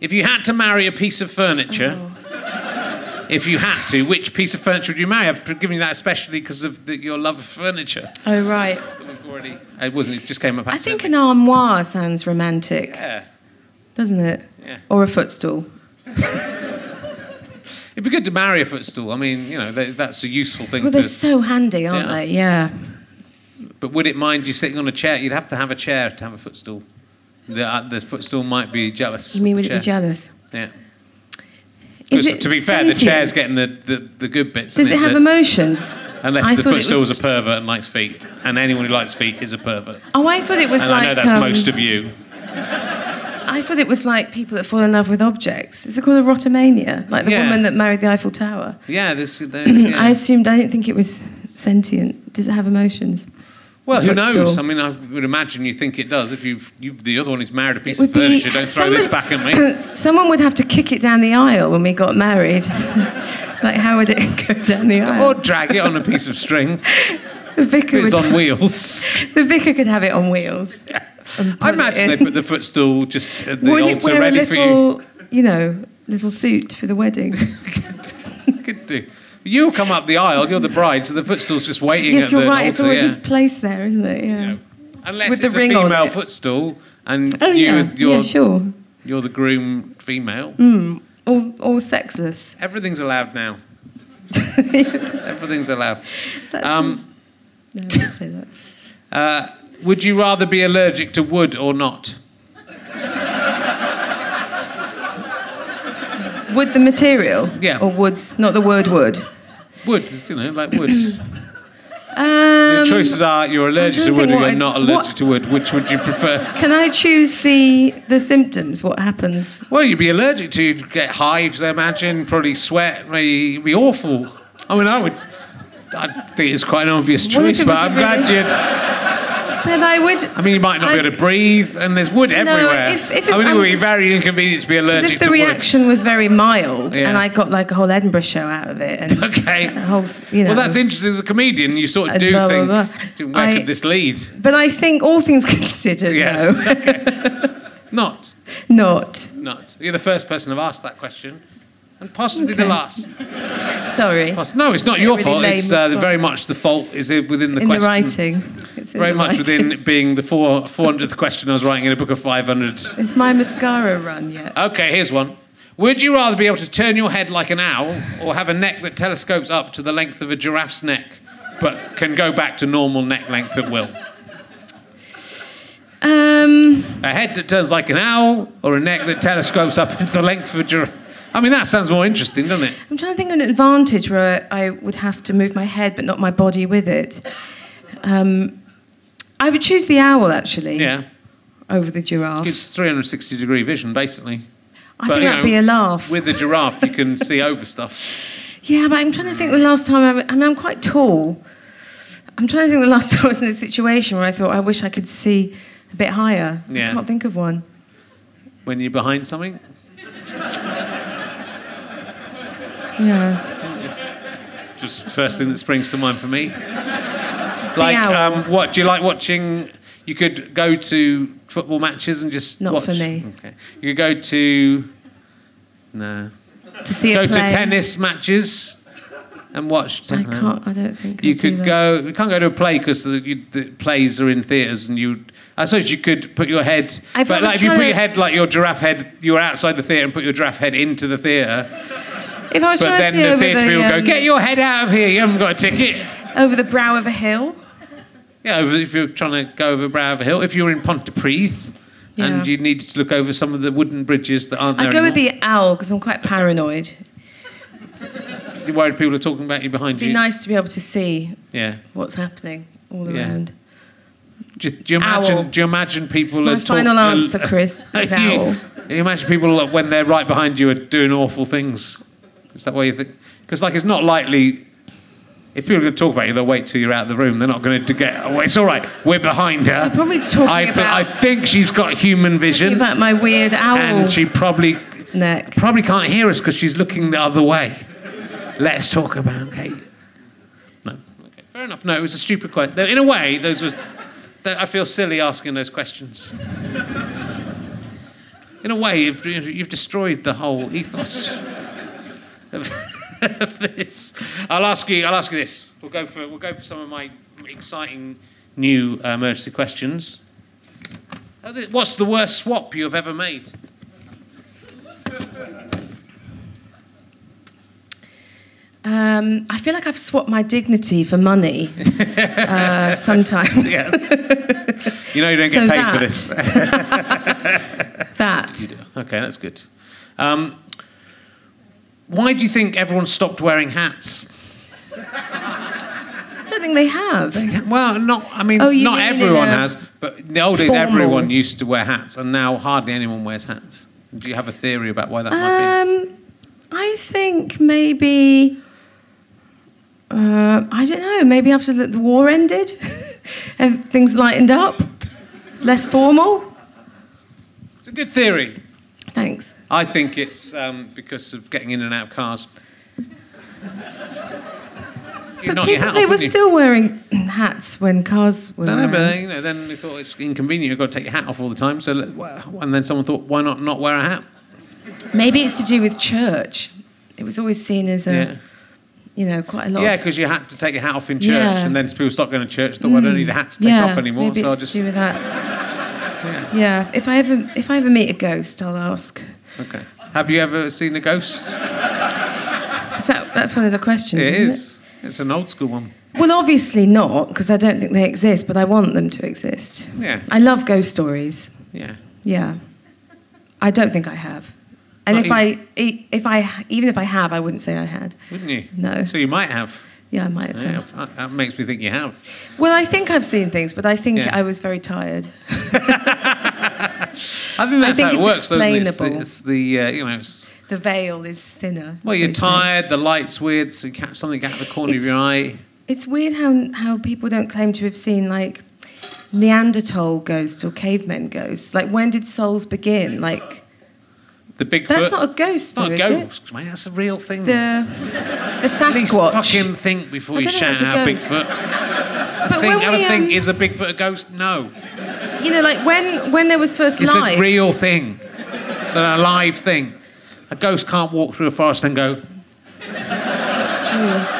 [SPEAKER 2] If you had to marry a piece of furniture,
[SPEAKER 4] Oh.
[SPEAKER 2] if you had to, which piece of furniture would you marry? I've given you that especially because of the, your love of furniture.
[SPEAKER 4] oh right.
[SPEAKER 2] That we've already. It wasn't. It just came up.
[SPEAKER 4] I think an
[SPEAKER 2] accidentally.
[SPEAKER 4] armoire sounds romantic,
[SPEAKER 2] Yeah.
[SPEAKER 4] doesn't it?
[SPEAKER 2] Yeah.
[SPEAKER 4] Or a footstool.
[SPEAKER 2] It'd be good to marry a footstool. I mean, you know, that, that's a useful thing
[SPEAKER 4] Well,
[SPEAKER 2] to.
[SPEAKER 4] they're so handy, aren't
[SPEAKER 2] Yeah.
[SPEAKER 4] they? Yeah.
[SPEAKER 2] But would it mind you sitting on a chair? You'd have to have a chair to have a footstool. The, uh, the footstool might be jealous.
[SPEAKER 4] You mean
[SPEAKER 2] of
[SPEAKER 4] would
[SPEAKER 2] the
[SPEAKER 4] it be
[SPEAKER 2] chair.
[SPEAKER 4] jealous?
[SPEAKER 2] Yeah.
[SPEAKER 4] Is
[SPEAKER 2] 'Cause
[SPEAKER 4] it
[SPEAKER 2] to be fair, the chair's getting
[SPEAKER 4] sentient?
[SPEAKER 2] the, the, the good bits.
[SPEAKER 4] Does
[SPEAKER 2] isn't
[SPEAKER 4] it have
[SPEAKER 2] The-
[SPEAKER 4] emotions?
[SPEAKER 2] Unless
[SPEAKER 4] I
[SPEAKER 2] the
[SPEAKER 4] thought it
[SPEAKER 2] footstool's
[SPEAKER 4] was-
[SPEAKER 2] a pervert and likes feet, and anyone who likes feet is a pervert.
[SPEAKER 4] Oh, I thought it was
[SPEAKER 2] and
[SPEAKER 4] like.
[SPEAKER 2] I know that's
[SPEAKER 4] um,
[SPEAKER 2] most of you.
[SPEAKER 4] I thought it was like people that fall in love with objects. Is it called erotomania? Like the
[SPEAKER 2] Yeah.
[SPEAKER 4] woman that married the Eiffel Tower.
[SPEAKER 2] Yeah, there's. there's yeah.
[SPEAKER 4] I assumed, I didn't think it was sentient. Does it have emotions?
[SPEAKER 2] well, who
[SPEAKER 4] footstool.
[SPEAKER 2] knows? I mean, I would imagine you think it does. If you, you the other one is married a piece
[SPEAKER 4] It
[SPEAKER 2] of furniture, don't throw this back at me.
[SPEAKER 4] Someone would have to kick it down the aisle when we got married. like, how would it go down the
[SPEAKER 2] Or
[SPEAKER 4] aisle?
[SPEAKER 2] drag it on a piece of string.
[SPEAKER 4] the, vicar
[SPEAKER 2] If it's
[SPEAKER 4] would-
[SPEAKER 2] on wheels.
[SPEAKER 4] the vicar could have it on wheels. and
[SPEAKER 2] I
[SPEAKER 4] pull it
[SPEAKER 2] imagine they
[SPEAKER 4] in.
[SPEAKER 2] put the footstool just at the
[SPEAKER 4] would it
[SPEAKER 2] altar
[SPEAKER 4] wear
[SPEAKER 2] ready
[SPEAKER 4] a
[SPEAKER 2] for you.
[SPEAKER 4] little, you. know, little suit for the wedding?
[SPEAKER 2] Could do. You come up the aisle, you're the bride, so the footstool's just waiting
[SPEAKER 4] yes,
[SPEAKER 2] at
[SPEAKER 4] you're
[SPEAKER 2] the
[SPEAKER 4] right. it's
[SPEAKER 2] altar.
[SPEAKER 4] already
[SPEAKER 2] yeah.
[SPEAKER 4] placed there, isn't it? Yeah.
[SPEAKER 2] No. Unless
[SPEAKER 4] With the
[SPEAKER 2] it's
[SPEAKER 4] ring
[SPEAKER 2] a
[SPEAKER 4] on
[SPEAKER 2] female
[SPEAKER 4] it.
[SPEAKER 2] footstool and
[SPEAKER 4] Oh,
[SPEAKER 2] you,
[SPEAKER 4] yeah.
[SPEAKER 2] you're,
[SPEAKER 4] Yeah, sure. Mm.
[SPEAKER 2] you're the groom female.
[SPEAKER 4] Or, or sexless.
[SPEAKER 2] Everything's allowed now. Everything's allowed.
[SPEAKER 4] That's-
[SPEAKER 2] Um,
[SPEAKER 4] no, I wouldn't say that.
[SPEAKER 2] Uh, would you rather be allergic to wood or not?
[SPEAKER 4] Wood the material?
[SPEAKER 2] Yeah.
[SPEAKER 4] Or wood, not the word wood?
[SPEAKER 2] Wood, you know, like wood.
[SPEAKER 4] Um,
[SPEAKER 2] the
[SPEAKER 4] Um,
[SPEAKER 2] choices are you're allergic to
[SPEAKER 4] trying to
[SPEAKER 2] wood or
[SPEAKER 4] think
[SPEAKER 2] you're
[SPEAKER 4] what I-
[SPEAKER 2] not
[SPEAKER 4] what-
[SPEAKER 2] allergic to wood. Which would you prefer?
[SPEAKER 4] Can I choose the the symptoms? What happens?
[SPEAKER 2] Well, you'd be allergic to you'd get hives, I imagine, probably sweat, maybe it'd be awful. I mean, I would. I think it's quite an obvious
[SPEAKER 4] What if
[SPEAKER 2] choice,
[SPEAKER 4] it
[SPEAKER 2] but
[SPEAKER 4] was a
[SPEAKER 2] I'm glad
[SPEAKER 4] really-
[SPEAKER 2] you.
[SPEAKER 4] Then I would.
[SPEAKER 2] I mean, you might not be
[SPEAKER 4] I'd-
[SPEAKER 2] able to breathe, and there's wood everywhere.
[SPEAKER 4] if- if it-
[SPEAKER 2] I mean, it
[SPEAKER 4] I'm
[SPEAKER 2] would be
[SPEAKER 4] just-
[SPEAKER 2] very inconvenient to be allergic
[SPEAKER 4] If the
[SPEAKER 2] to
[SPEAKER 4] reaction was very mild,
[SPEAKER 2] Yeah.
[SPEAKER 4] and I got like a whole Edinburgh show out of it, and
[SPEAKER 2] wood. Okay.
[SPEAKER 4] a whole, s- you know.
[SPEAKER 2] Well, that's interesting as a comedian. You sort of
[SPEAKER 4] Uh,
[SPEAKER 2] do
[SPEAKER 4] blah, blah,
[SPEAKER 2] think,
[SPEAKER 4] blah.
[SPEAKER 2] where
[SPEAKER 4] I-
[SPEAKER 2] could this lead?
[SPEAKER 4] But I think all things considered,
[SPEAKER 2] Yes.
[SPEAKER 4] no,
[SPEAKER 2] Okay. Not.
[SPEAKER 4] not.
[SPEAKER 2] Not. You're the first person to have asked that question, and possibly the
[SPEAKER 4] Okay.
[SPEAKER 2] last.
[SPEAKER 4] Sorry,
[SPEAKER 2] Poss- No, it's not your
[SPEAKER 4] really
[SPEAKER 2] fault.
[SPEAKER 4] lame
[SPEAKER 2] It's uh,
[SPEAKER 4] response.
[SPEAKER 2] very much the fault is it within the
[SPEAKER 4] in the
[SPEAKER 2] question.
[SPEAKER 4] writing, it's in
[SPEAKER 2] Very
[SPEAKER 4] the
[SPEAKER 2] much
[SPEAKER 4] writing.
[SPEAKER 2] within being the four, 400th question I was writing in a book of 500.
[SPEAKER 4] Is my mascara run yet?
[SPEAKER 2] Okay, here's one. Would you rather be able to turn your head like an owl or have a neck that telescopes up to the length of a giraffe's neck but can go back to normal neck length at will?
[SPEAKER 4] Um,
[SPEAKER 2] A head that turns like an owl or a neck that telescopes up into the length of a giraffe? I mean, that sounds more interesting, doesn't it?
[SPEAKER 4] I'm trying to think of an advantage where I would have to move my head but not my body with it. Um, I would choose the owl actually
[SPEAKER 2] Yeah.
[SPEAKER 4] over the giraffe.
[SPEAKER 2] It's 360 degree vision, basically.
[SPEAKER 4] I
[SPEAKER 2] but,
[SPEAKER 4] think
[SPEAKER 2] you
[SPEAKER 4] that'd
[SPEAKER 2] know,
[SPEAKER 4] be a laugh.
[SPEAKER 2] With a giraffe, you can see over stuff.
[SPEAKER 4] Yeah, but I'm trying to think the last time I, w- I mean, I'm quite tall. I'm trying to think the last time I was in a situation where I thought, I wish I could see a bit higher.
[SPEAKER 2] Yeah.
[SPEAKER 4] I can't think of one.
[SPEAKER 2] When you're behind something,
[SPEAKER 4] Yeah.
[SPEAKER 2] just first thing that springs to mind for me. Like,
[SPEAKER 4] owl.
[SPEAKER 2] um, what do you like watching? You could go to football matches and just
[SPEAKER 4] Not
[SPEAKER 2] watch.
[SPEAKER 4] for me.
[SPEAKER 2] Okay. You could go to no.
[SPEAKER 4] To see
[SPEAKER 2] Go
[SPEAKER 4] a play.
[SPEAKER 2] to tennis matches and watch.
[SPEAKER 4] I
[SPEAKER 2] tennis.
[SPEAKER 4] can't, I don't think.
[SPEAKER 2] You
[SPEAKER 4] I'd do
[SPEAKER 2] could
[SPEAKER 4] that.
[SPEAKER 2] go. You can't go to a play because the, you- the plays are in theatres, and you. I suppose you could put your head.
[SPEAKER 4] I've
[SPEAKER 2] but
[SPEAKER 4] always
[SPEAKER 2] like if you
[SPEAKER 4] tried
[SPEAKER 2] put
[SPEAKER 4] to-
[SPEAKER 2] your head like your giraffe head, you were outside the theatre and put your giraffe head into the theatre.
[SPEAKER 4] If I was
[SPEAKER 2] But
[SPEAKER 4] trying
[SPEAKER 2] then
[SPEAKER 4] to see
[SPEAKER 2] the
[SPEAKER 4] over
[SPEAKER 2] theatre people
[SPEAKER 4] the,
[SPEAKER 2] go,
[SPEAKER 4] um,
[SPEAKER 2] "Get your head out of here! You haven't got a ticket."
[SPEAKER 4] over the brow of a hill.
[SPEAKER 2] Yeah, over- if you're trying to go over brow of a hill, if you're in Pontypridd and
[SPEAKER 4] Yeah.
[SPEAKER 2] you needed to look over some of the wooden bridges that aren't there
[SPEAKER 4] I'd go with
[SPEAKER 2] anymore,
[SPEAKER 4] the owl because I'm quite paranoid.
[SPEAKER 2] you're worried people are talking about you behind
[SPEAKER 4] It'd be
[SPEAKER 2] you.
[SPEAKER 4] nice to be able to see
[SPEAKER 2] Yeah.
[SPEAKER 4] what's happening all
[SPEAKER 2] Yeah.
[SPEAKER 4] around.
[SPEAKER 2] Do, you- do you imagine?
[SPEAKER 4] Owl.
[SPEAKER 2] Do you imagine people?
[SPEAKER 4] My
[SPEAKER 2] are talk-
[SPEAKER 4] final
[SPEAKER 2] are-
[SPEAKER 4] answer, Chris, is
[SPEAKER 2] you,
[SPEAKER 4] owl.
[SPEAKER 2] you imagine people like, when they're right behind you are doing awful things. Is that why you think? Because like it's not likely. If people are going to talk about you, they'll wait till you're out of the room. They're not going to get. Oh, it's all right. We're behind her.
[SPEAKER 4] They're probably talking
[SPEAKER 2] I, but
[SPEAKER 4] about-
[SPEAKER 2] I think she's got human
[SPEAKER 4] Think
[SPEAKER 2] vision,
[SPEAKER 4] about my weird owl
[SPEAKER 2] and she probably
[SPEAKER 4] neck.
[SPEAKER 2] probably can't hear us because she's looking the other way. Let's talk about Kate. No, okay, fair enough. No, it was a stupid question. In a way, those was. I feel silly asking those questions. In a way, you've, you've destroyed the whole ethos of, of this. I'll ask you. I'll ask you this. We'll go for we'll go for some of my exciting new uh, emergency questions. Uh, th- What's the worst swap you have ever made?
[SPEAKER 4] Um, I feel like I've swapped my dignity for money uh, sometimes.
[SPEAKER 2] You know you don't get
[SPEAKER 4] So
[SPEAKER 2] paid for
[SPEAKER 4] that-
[SPEAKER 2] this.
[SPEAKER 4] That.
[SPEAKER 2] Okay, that's good. Um, why do you think everyone stopped wearing hats?
[SPEAKER 4] I don't think they have.
[SPEAKER 2] Well, not. I mean,
[SPEAKER 4] Oh, you
[SPEAKER 2] not
[SPEAKER 4] mean in
[SPEAKER 2] everyone
[SPEAKER 4] a
[SPEAKER 2] has, but in the old days,
[SPEAKER 4] formal-
[SPEAKER 2] everyone used to wear hats, and now hardly anyone wears hats. Do you have a theory about why that might
[SPEAKER 4] Um, I think maybe. Uh, I don't know. Maybe after the, the war ended, ev- things lightened up, less formal.
[SPEAKER 2] be? It's a good theory.
[SPEAKER 4] Thanks.
[SPEAKER 2] I think it's um, because of getting in and out of cars. You knock your hat
[SPEAKER 4] they
[SPEAKER 2] off,
[SPEAKER 4] were
[SPEAKER 2] wouldn't you?
[SPEAKER 4] still wearing hats when cars were.
[SPEAKER 2] I don't know,
[SPEAKER 4] around.
[SPEAKER 2] but you know, then they thought it's inconvenient. You've got to take your hat off all the time. So, let- and then someone thought, why not not wear a hat?
[SPEAKER 4] Maybe it's to do with church. It was always seen as a,
[SPEAKER 2] Yeah.
[SPEAKER 4] you know, quite a lot.
[SPEAKER 2] Yeah,
[SPEAKER 4] of,
[SPEAKER 2] because you had to take your hat off in church,
[SPEAKER 4] Yeah.
[SPEAKER 2] and then people stopped going to church. Thought, well, I don't need a hat to take
[SPEAKER 4] yeah,
[SPEAKER 2] off anymore,
[SPEAKER 4] Maybe
[SPEAKER 2] so
[SPEAKER 4] it's
[SPEAKER 2] I'll just.
[SPEAKER 4] to do with that. Yeah. If I ever if I ever meet a ghost, I'll ask.
[SPEAKER 2] Okay. Have you ever seen a ghost?
[SPEAKER 4] Is that, that's one of the questions.
[SPEAKER 2] It
[SPEAKER 4] isn't
[SPEAKER 2] is. It's an old school one.
[SPEAKER 4] Well, obviously not, because I don't think they exist, but I want them to exist.
[SPEAKER 2] Yeah.
[SPEAKER 4] I love ghost stories.
[SPEAKER 2] Yeah.
[SPEAKER 4] Yeah. I don't think I have. And
[SPEAKER 2] Not e-
[SPEAKER 4] if I, if I, even if I have, I wouldn't say I had.
[SPEAKER 2] Wouldn't you?
[SPEAKER 4] No.
[SPEAKER 2] So you might have.
[SPEAKER 4] Yeah, I might have done.
[SPEAKER 2] Yeah, fuck, that makes me think you have.
[SPEAKER 4] Well, I think I've seen things, but I think
[SPEAKER 2] Yeah.
[SPEAKER 4] I was very tired.
[SPEAKER 2] I think that's
[SPEAKER 4] think
[SPEAKER 2] how it
[SPEAKER 4] it's
[SPEAKER 2] works, though, isn't it? It's the,
[SPEAKER 4] explainable.
[SPEAKER 2] it's the uh, you know, it's,
[SPEAKER 4] The veil is thinner.
[SPEAKER 2] well, you're
[SPEAKER 4] obviously.
[SPEAKER 2] tired, the light's weird, so you catch something out of the corner of
[SPEAKER 4] It's-
[SPEAKER 2] your eye.
[SPEAKER 4] It's weird how how people don't claim to have seen like Neanderthal ghosts or cavemen ghosts. Like, when did souls begin? Like,
[SPEAKER 2] The Bigfoot.
[SPEAKER 4] that's not a ghost,
[SPEAKER 2] It's not
[SPEAKER 4] though,
[SPEAKER 2] a
[SPEAKER 4] is it?
[SPEAKER 2] ghost, mate. That's a real thing.
[SPEAKER 4] The the
[SPEAKER 2] At least
[SPEAKER 4] Sasquatch.
[SPEAKER 2] fucking think before
[SPEAKER 4] I
[SPEAKER 2] you
[SPEAKER 4] don't know if
[SPEAKER 2] shout
[SPEAKER 4] it's a
[SPEAKER 2] out
[SPEAKER 4] ghost.
[SPEAKER 2] Bigfoot.
[SPEAKER 4] but
[SPEAKER 2] Think,
[SPEAKER 4] when
[SPEAKER 2] have a
[SPEAKER 4] we,
[SPEAKER 2] think.
[SPEAKER 4] um,
[SPEAKER 2] Is a Bigfoot a ghost? No.
[SPEAKER 4] you know, like when when there was first
[SPEAKER 2] It's
[SPEAKER 4] life.
[SPEAKER 2] a real thing, an alive thing. A ghost can't walk through a forest and go.
[SPEAKER 4] That's true.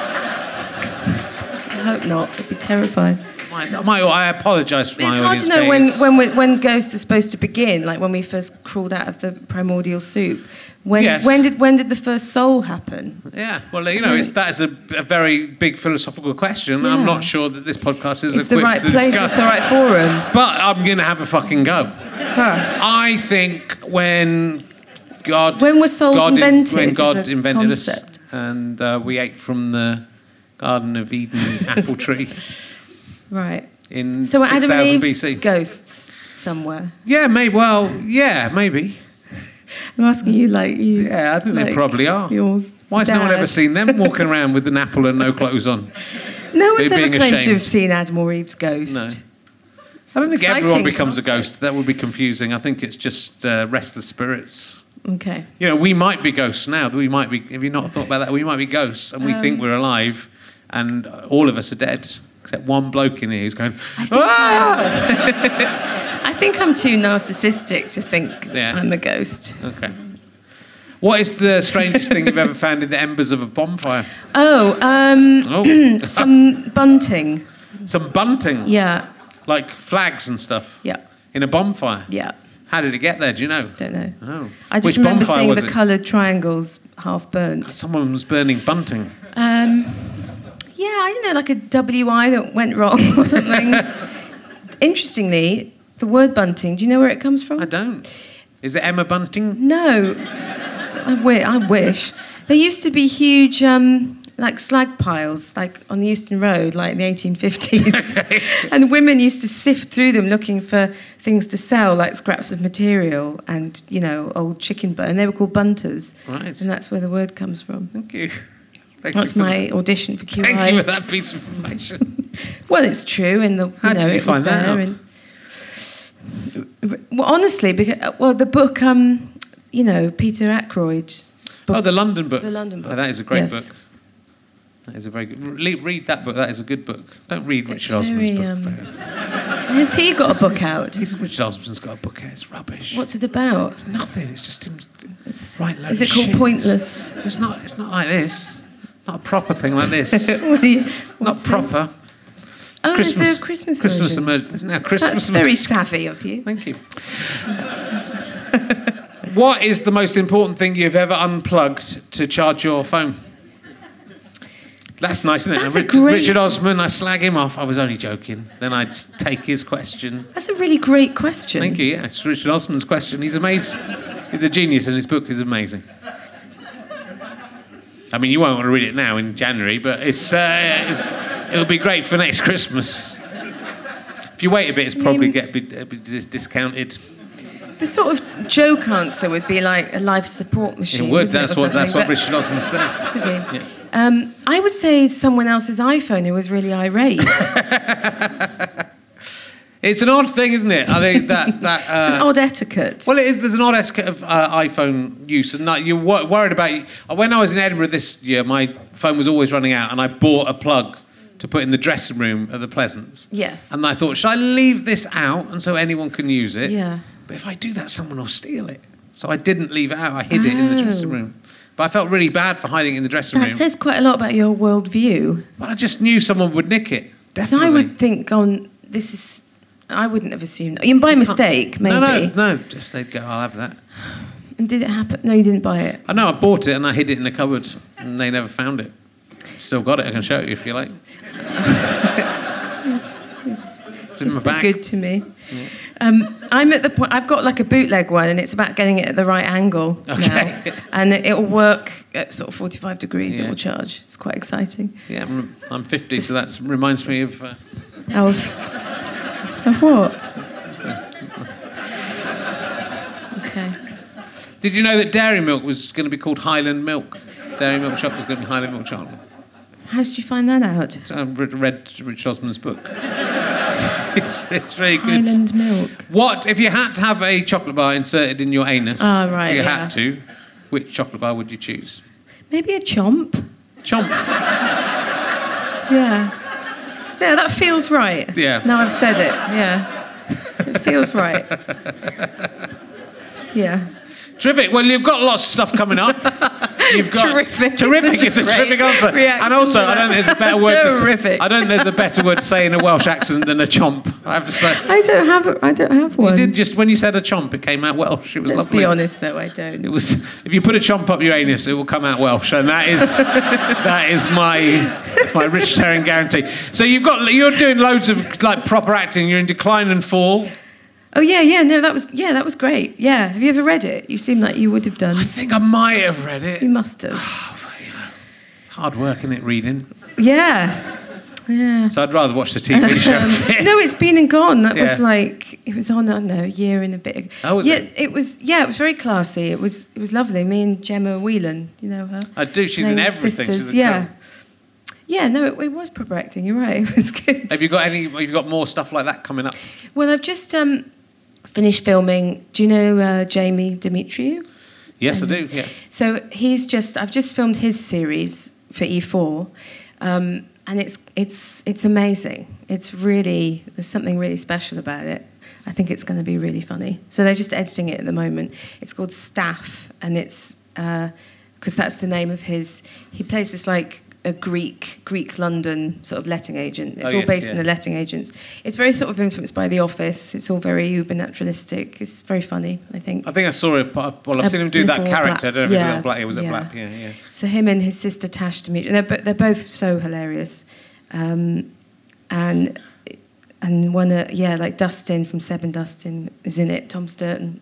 [SPEAKER 4] I hope not. It'd be terrifying.
[SPEAKER 2] My, my, I apologise for my
[SPEAKER 4] But it's hard
[SPEAKER 2] audience
[SPEAKER 4] to know when,
[SPEAKER 2] gaze.
[SPEAKER 4] when, we- when ghosts are supposed to begin, like when we first crawled out of the primordial soup. When,
[SPEAKER 2] Yes.
[SPEAKER 4] when, did, when did the first soul happen?
[SPEAKER 2] Yeah, well, you know, it's, that is a, a very big philosophical question. I'm
[SPEAKER 4] Yeah.
[SPEAKER 2] not sure that this podcast is
[SPEAKER 4] It's the
[SPEAKER 2] equipped
[SPEAKER 4] right
[SPEAKER 2] to
[SPEAKER 4] place,
[SPEAKER 2] discuss.
[SPEAKER 4] it's the right forum.
[SPEAKER 2] But I'm going to have a fucking go.
[SPEAKER 4] Huh.
[SPEAKER 2] I think when God
[SPEAKER 4] When were souls
[SPEAKER 2] God
[SPEAKER 4] invented
[SPEAKER 2] when God
[SPEAKER 4] as a
[SPEAKER 2] invented
[SPEAKER 4] concept?
[SPEAKER 2] us, and uh, we ate from the Garden of Eden apple tree
[SPEAKER 4] Right.
[SPEAKER 2] in
[SPEAKER 4] So were Adam and
[SPEAKER 2] 6000
[SPEAKER 4] Eve's
[SPEAKER 2] BC.
[SPEAKER 4] ghosts somewhere.
[SPEAKER 2] Yeah, maybe. Well, yeah, maybe.
[SPEAKER 4] I'm asking you, like, you.
[SPEAKER 2] Yeah, I think they
[SPEAKER 4] like,
[SPEAKER 2] probably are.
[SPEAKER 4] your
[SPEAKER 2] Why has no one
[SPEAKER 4] dad.
[SPEAKER 2] ever seen them walking around with an apple and no clothes on?
[SPEAKER 4] No one's ever
[SPEAKER 2] being
[SPEAKER 4] claimed to
[SPEAKER 2] ashamed?
[SPEAKER 4] have seen Adam or Eve's ghost.
[SPEAKER 2] No. I don't think
[SPEAKER 4] Exciting
[SPEAKER 2] everyone becomes a
[SPEAKER 4] prospect.
[SPEAKER 2] ghost. That would be confusing. I think it's just uh, restless spirits.
[SPEAKER 4] Okay.
[SPEAKER 2] You know, we might be ghosts now. We might be. Have you not thought about that? We might be ghosts, and we
[SPEAKER 4] Um,
[SPEAKER 2] think we're alive, and all of us are dead except one bloke in here who's going. Ah!
[SPEAKER 4] I think I'm too narcissistic to think
[SPEAKER 2] Yeah.
[SPEAKER 4] I'm a ghost.
[SPEAKER 2] Okay. What is the strangest thing you've ever found in the embers of a bonfire?
[SPEAKER 4] Oh, um,
[SPEAKER 2] Oh,
[SPEAKER 4] some bunting.
[SPEAKER 2] some bunting,
[SPEAKER 4] Yeah,
[SPEAKER 2] like flags and stuff,
[SPEAKER 4] yeah,
[SPEAKER 2] in a bonfire.
[SPEAKER 4] yeah.
[SPEAKER 2] How did it get there? Do you know?
[SPEAKER 4] Don't know.
[SPEAKER 2] Oh.
[SPEAKER 4] I just
[SPEAKER 2] Which
[SPEAKER 4] remember
[SPEAKER 2] bonfire
[SPEAKER 4] seeing
[SPEAKER 2] was
[SPEAKER 4] the
[SPEAKER 2] it?
[SPEAKER 4] coloured triangles half burnt.
[SPEAKER 2] Someone was burning bunting.
[SPEAKER 4] Um, yeah, I don't know, like a WI that went wrong or something. Interestingly, the word bunting. Do you know where it comes from?
[SPEAKER 2] I don't. Is it Emma Bunting?
[SPEAKER 4] No, I, wi- I wish. There used to be huge, um, like slag piles, like on the Euston Road, like in the 1850s, and women used to sift through them looking for things to sell, like scraps of material and you know old chicken bone. And they were called bunters,
[SPEAKER 2] Right.
[SPEAKER 4] and that's where the word comes from.
[SPEAKER 2] Thank you. Thank you
[SPEAKER 4] That's
[SPEAKER 2] for
[SPEAKER 4] my audition for QI.
[SPEAKER 2] Thank you for that piece of information.
[SPEAKER 4] Well, it's true, and the you
[SPEAKER 2] How did
[SPEAKER 4] know
[SPEAKER 2] you
[SPEAKER 4] it
[SPEAKER 2] find
[SPEAKER 4] was
[SPEAKER 2] that
[SPEAKER 4] there.
[SPEAKER 2] out?
[SPEAKER 4] and- well, honestly, because well, the book, um, you know, Peter Ackroyd's book.
[SPEAKER 2] oh, the London book.
[SPEAKER 4] The London book.
[SPEAKER 2] Oh, that is a great
[SPEAKER 4] Yes.
[SPEAKER 2] book. That is a very good. re- Read that book. That is a good book. Don't read Richard
[SPEAKER 4] It's
[SPEAKER 2] Osman's
[SPEAKER 4] very,
[SPEAKER 2] book.
[SPEAKER 4] um, Has he got a book out?
[SPEAKER 2] He's, Richard Osman's got a book out. It's rubbish.
[SPEAKER 4] What's it about?
[SPEAKER 2] Nothing. It's just him.
[SPEAKER 4] It's-
[SPEAKER 2] Right, load
[SPEAKER 4] is it
[SPEAKER 2] of
[SPEAKER 4] called
[SPEAKER 2] shit.
[SPEAKER 4] Pointless?
[SPEAKER 2] It's not. It's not like this. Not a proper thing like this.
[SPEAKER 4] What do you-
[SPEAKER 2] not
[SPEAKER 4] what's
[SPEAKER 2] proper.
[SPEAKER 4] this? Oh,
[SPEAKER 2] Christmas.
[SPEAKER 4] there's a Christmas,
[SPEAKER 2] Christmas
[SPEAKER 4] version.
[SPEAKER 2] emerg- There's now Christmas
[SPEAKER 4] That's very
[SPEAKER 2] emerg-
[SPEAKER 4] savvy of you.
[SPEAKER 2] Thank you. what is the most important thing you've ever unplugged to charge your phone? That's nice, isn't it?
[SPEAKER 4] That's
[SPEAKER 2] And
[SPEAKER 4] a great-
[SPEAKER 2] Richard Osman, I slag him off. I was only joking. Then I'd s- take his question.
[SPEAKER 4] That's a really great question.
[SPEAKER 2] Thank you. Yeah, it's Richard Osman's question. He's amazing. He's a genius, and his book is amazing. I mean, you won't want to read it now in January, but it's, uh, it's it'll be great for next Christmas. If you wait a bit, it's probably get be, uh, be dis- discounted.
[SPEAKER 4] The sort of joke answer would be like a life support
[SPEAKER 2] It
[SPEAKER 4] machine.
[SPEAKER 2] would.
[SPEAKER 4] wouldn't
[SPEAKER 2] That's
[SPEAKER 4] or
[SPEAKER 2] what that's
[SPEAKER 4] something?
[SPEAKER 2] what Richard Osman said.
[SPEAKER 4] But- Okay. Um, I would say someone else's iPhone who was really irate. It's
[SPEAKER 2] It's an odd thing, isn't it? I think that that. Uh,
[SPEAKER 4] an odd etiquette.
[SPEAKER 2] Well, it is. There's an odd etiquette of uh, iPhone use, and not, you're wor- worried about. When I was in Edinburgh this year, my phone was always running out, and I bought a plug to put in the dressing room at the Pleasance.
[SPEAKER 4] Yes.
[SPEAKER 2] And I thought, should I leave this out, and so anyone can use it?
[SPEAKER 4] Yeah.
[SPEAKER 2] But if I do that, someone will steal it. So I didn't leave it out. I hid it in the
[SPEAKER 4] Oh.
[SPEAKER 2] dressing room. But I felt really bad for hiding it in the dressing
[SPEAKER 4] that
[SPEAKER 2] room.
[SPEAKER 4] says quite a lot about your worldview.
[SPEAKER 2] but I just knew someone would nick it.
[SPEAKER 4] So
[SPEAKER 2] Definitely.
[SPEAKER 4] I would think on this is. I wouldn't have assumed. I mean, by mistake, maybe.
[SPEAKER 2] No, no, no. Just they'd go. I'll have that.
[SPEAKER 4] And did it happen? No, you didn't buy it.
[SPEAKER 2] I know I bought it and I hid it in the cupboard and they never found it. Still got it. I can show it you if you like.
[SPEAKER 4] Yes, yes.
[SPEAKER 2] It's in my
[SPEAKER 4] It's
[SPEAKER 2] bag.
[SPEAKER 4] good to me. Um, I'm at the point. I've got like a bootleg one, and it's about getting it at the right angle
[SPEAKER 2] Okay.
[SPEAKER 4] now, and it, it'll work at sort of 45 degrees.
[SPEAKER 2] Yeah.
[SPEAKER 4] It will charge. It's quite exciting.
[SPEAKER 2] Yeah, I'm, I'm 50, so that reminds me of. Uh,
[SPEAKER 4] Of, of what? Okay.
[SPEAKER 2] did you know that Dairy Milk was going to be called Highland Milk? Dairy Milk Chocolate was going to be Highland Milk Chocolate.
[SPEAKER 4] How did you find that out?
[SPEAKER 2] I read, read Rich Osman's book. it's, it's very good.
[SPEAKER 4] Highland milk.
[SPEAKER 2] What if you had to have a chocolate bar inserted in your anus?
[SPEAKER 4] Ah, right,
[SPEAKER 2] If you
[SPEAKER 4] yeah.
[SPEAKER 2] had to, which chocolate bar would you choose?
[SPEAKER 4] Maybe a chomp.
[SPEAKER 2] Chomp.
[SPEAKER 4] Yeah. Yeah, that feels right.
[SPEAKER 2] Yeah.
[SPEAKER 4] Now I've said it. Yeah. It feels right. Yeah.
[SPEAKER 2] Terrific. Well, you've got lots of stuff coming up. You've got
[SPEAKER 4] Terrific.
[SPEAKER 2] Terrific
[SPEAKER 4] Such a
[SPEAKER 2] is a
[SPEAKER 4] great
[SPEAKER 2] terrific answer.
[SPEAKER 4] reaction
[SPEAKER 2] And also,
[SPEAKER 4] to
[SPEAKER 2] I don't
[SPEAKER 4] that.
[SPEAKER 2] think there's a better word. to say-
[SPEAKER 4] Terrific.
[SPEAKER 2] I don't think there's a better word to say in a Welsh accent than a chomp. I have to say.
[SPEAKER 4] I don't have a- I don't have
[SPEAKER 2] You
[SPEAKER 4] one.
[SPEAKER 2] did just when you said a chomp, it came out Welsh. It was
[SPEAKER 4] Let's
[SPEAKER 2] lovely.
[SPEAKER 4] be honest though, I
[SPEAKER 2] It
[SPEAKER 4] don't.
[SPEAKER 2] was. If you put a chomp up your anus, it will come out Welsh, and that is that is my that's my rich Terran guarantee. So you've got you're doing loads of like proper acting. You're in Decline and Fall.
[SPEAKER 4] Oh yeah, yeah, no, that was yeah, that was great. Yeah. Have you ever read it? You seem like you would have done.
[SPEAKER 2] I think I might have read
[SPEAKER 4] You
[SPEAKER 2] it.
[SPEAKER 4] must have.
[SPEAKER 2] It's hard work, isn't it, reading?
[SPEAKER 4] Yeah. Yeah.
[SPEAKER 2] So I'd rather watch the TV show.
[SPEAKER 4] no, it's been and gone. That was
[SPEAKER 2] Yeah.
[SPEAKER 4] like it was on. I don't know, a year and a bit. Ago.
[SPEAKER 2] Oh, was
[SPEAKER 4] yeah,
[SPEAKER 2] it?
[SPEAKER 4] was. Yeah, it was very classy. It was. It was lovely. Me and Gemma Whelan, you know her.
[SPEAKER 2] I do. She's in
[SPEAKER 4] Playing
[SPEAKER 2] everything.
[SPEAKER 4] Sisters.
[SPEAKER 2] She's a
[SPEAKER 4] yeah.
[SPEAKER 2] girl.
[SPEAKER 4] Yeah, no, it, it was proper acting. You're right. It was good.
[SPEAKER 2] Have you got any? Have you got more stuff like that coming up?
[SPEAKER 4] well, I've just um, finished filming. Do you know uh, Jamie Dimitriou?
[SPEAKER 2] Yes, I do. Yeah.
[SPEAKER 4] So he's just I've just filmed his series for E4, um, and it's it's it's amazing. It's really there's something really special about it. I think it's going to be really funny. So they're just editing it at the moment. It's called Staff, and it's because that's the name of his. He plays this like a Greek Greek London sort of letting agent. It's
[SPEAKER 2] Oh,
[SPEAKER 4] all
[SPEAKER 2] yes,
[SPEAKER 4] based
[SPEAKER 2] yeah.
[SPEAKER 4] in the letting agents. It's very sort of influenced by The Office. It's all very uber naturalistic. It's very funny, I think.
[SPEAKER 2] I think I saw it. Well, I've
[SPEAKER 4] A
[SPEAKER 2] seen him do that
[SPEAKER 4] little
[SPEAKER 2] character. I don't
[SPEAKER 4] black-
[SPEAKER 2] know if it's a
[SPEAKER 4] yeah,
[SPEAKER 2] little black. It was a
[SPEAKER 4] yeah.
[SPEAKER 2] black. Yeah, yeah.
[SPEAKER 4] So him and his sister Tash Dimitri, they're, bo- they're both so hilarious, um, and and one uh, yeah like Dustin from Seb and Dustin is in it. Tom Sturton.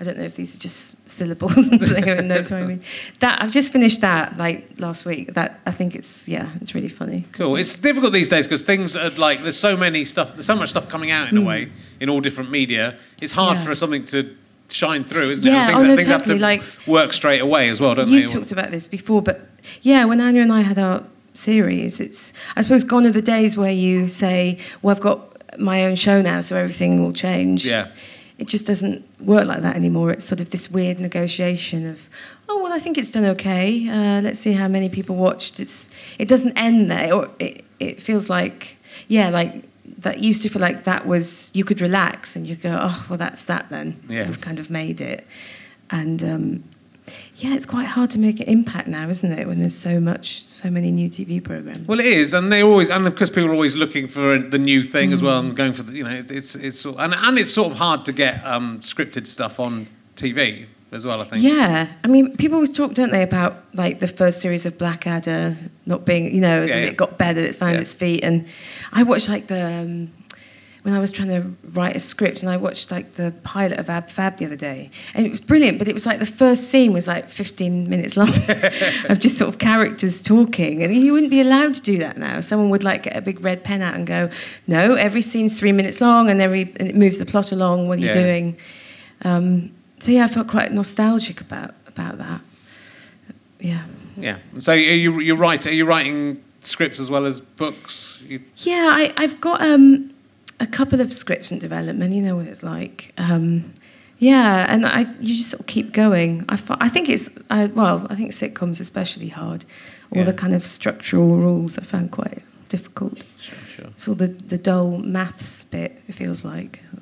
[SPEAKER 4] I don't know if these are just syllables and things, who knows what I mean. That I've just finished that like last week. That I think it's yeah, it's really funny.
[SPEAKER 2] Cool. It's difficult these days because things are like there's so many stuff, there's so much stuff coming out in a way in all different media. It's hard
[SPEAKER 4] Mm. Yeah.
[SPEAKER 2] for something to shine through, isn't
[SPEAKER 4] Yeah,
[SPEAKER 2] it? And
[SPEAKER 4] oh, no,
[SPEAKER 2] things have to
[SPEAKER 4] totally, like-
[SPEAKER 2] work straight away as well, don't
[SPEAKER 4] You've
[SPEAKER 2] they?
[SPEAKER 4] talked about this before, but yeah, when Anya and I had our series, it's I suppose gone are the days where you say, "Well, I've got my own show now, so everything will change."
[SPEAKER 2] Yeah.
[SPEAKER 4] It just doesn't work like that anymore. It's sort of this weird negotiation of, "Oh, well, I think it's done okay. Uh, let's see how many people watched." It's it doesn't end there, or it it feels like yeah, like that used to feel like that was you could relax and you go, "Oh, well, that's that then."
[SPEAKER 2] Yeah.
[SPEAKER 4] I've kind of made it, and. Um, yeah, it's quite hard to make an impact now, isn't it? When there's so much, so many new TV programs.
[SPEAKER 2] Well, it is, and they always, and because people are always looking for the new thing as
[SPEAKER 4] Mm.
[SPEAKER 2] well, and going for the, you know, it's it's, it's sort- and and it's sort of hard to get um, scripted stuff on TV as well. I think.
[SPEAKER 4] yeah, I mean, people always talk, don't they, about like the first series of Blackadder not being, you know,
[SPEAKER 2] Yeah,
[SPEAKER 4] that
[SPEAKER 2] yeah.
[SPEAKER 4] it got better, it found
[SPEAKER 2] Yeah.
[SPEAKER 4] its feet, and I watched like the um, when I was trying to write a script, and I watched like the pilot of Ab Fab the other day, and it was brilliant. But it was like the first scene was like 15 minutes long of just sort of characters talking, and you wouldn't be allowed to do that now. Someone would like get a big red pen out and go, "No, every scene's three minutes long, and every and it moves the plot along. What are you
[SPEAKER 2] Yeah.
[SPEAKER 4] doing?" Um, so yeah, I felt quite nostalgic about about that. Yeah.
[SPEAKER 2] Yeah. So you you you write are you writing scripts as well as books? You,
[SPEAKER 4] Yeah, I, I've got um, a couple of scripts in development. You know what it's like. Um, yeah, and I you just sort of keep going. I, fi- I think it's I, well, I think sitcoms especially hard. All
[SPEAKER 2] Yeah.
[SPEAKER 4] the kind of structural rules I found quite difficult.
[SPEAKER 2] sure, sure.
[SPEAKER 4] It's all the the dull maths bit. It feels like.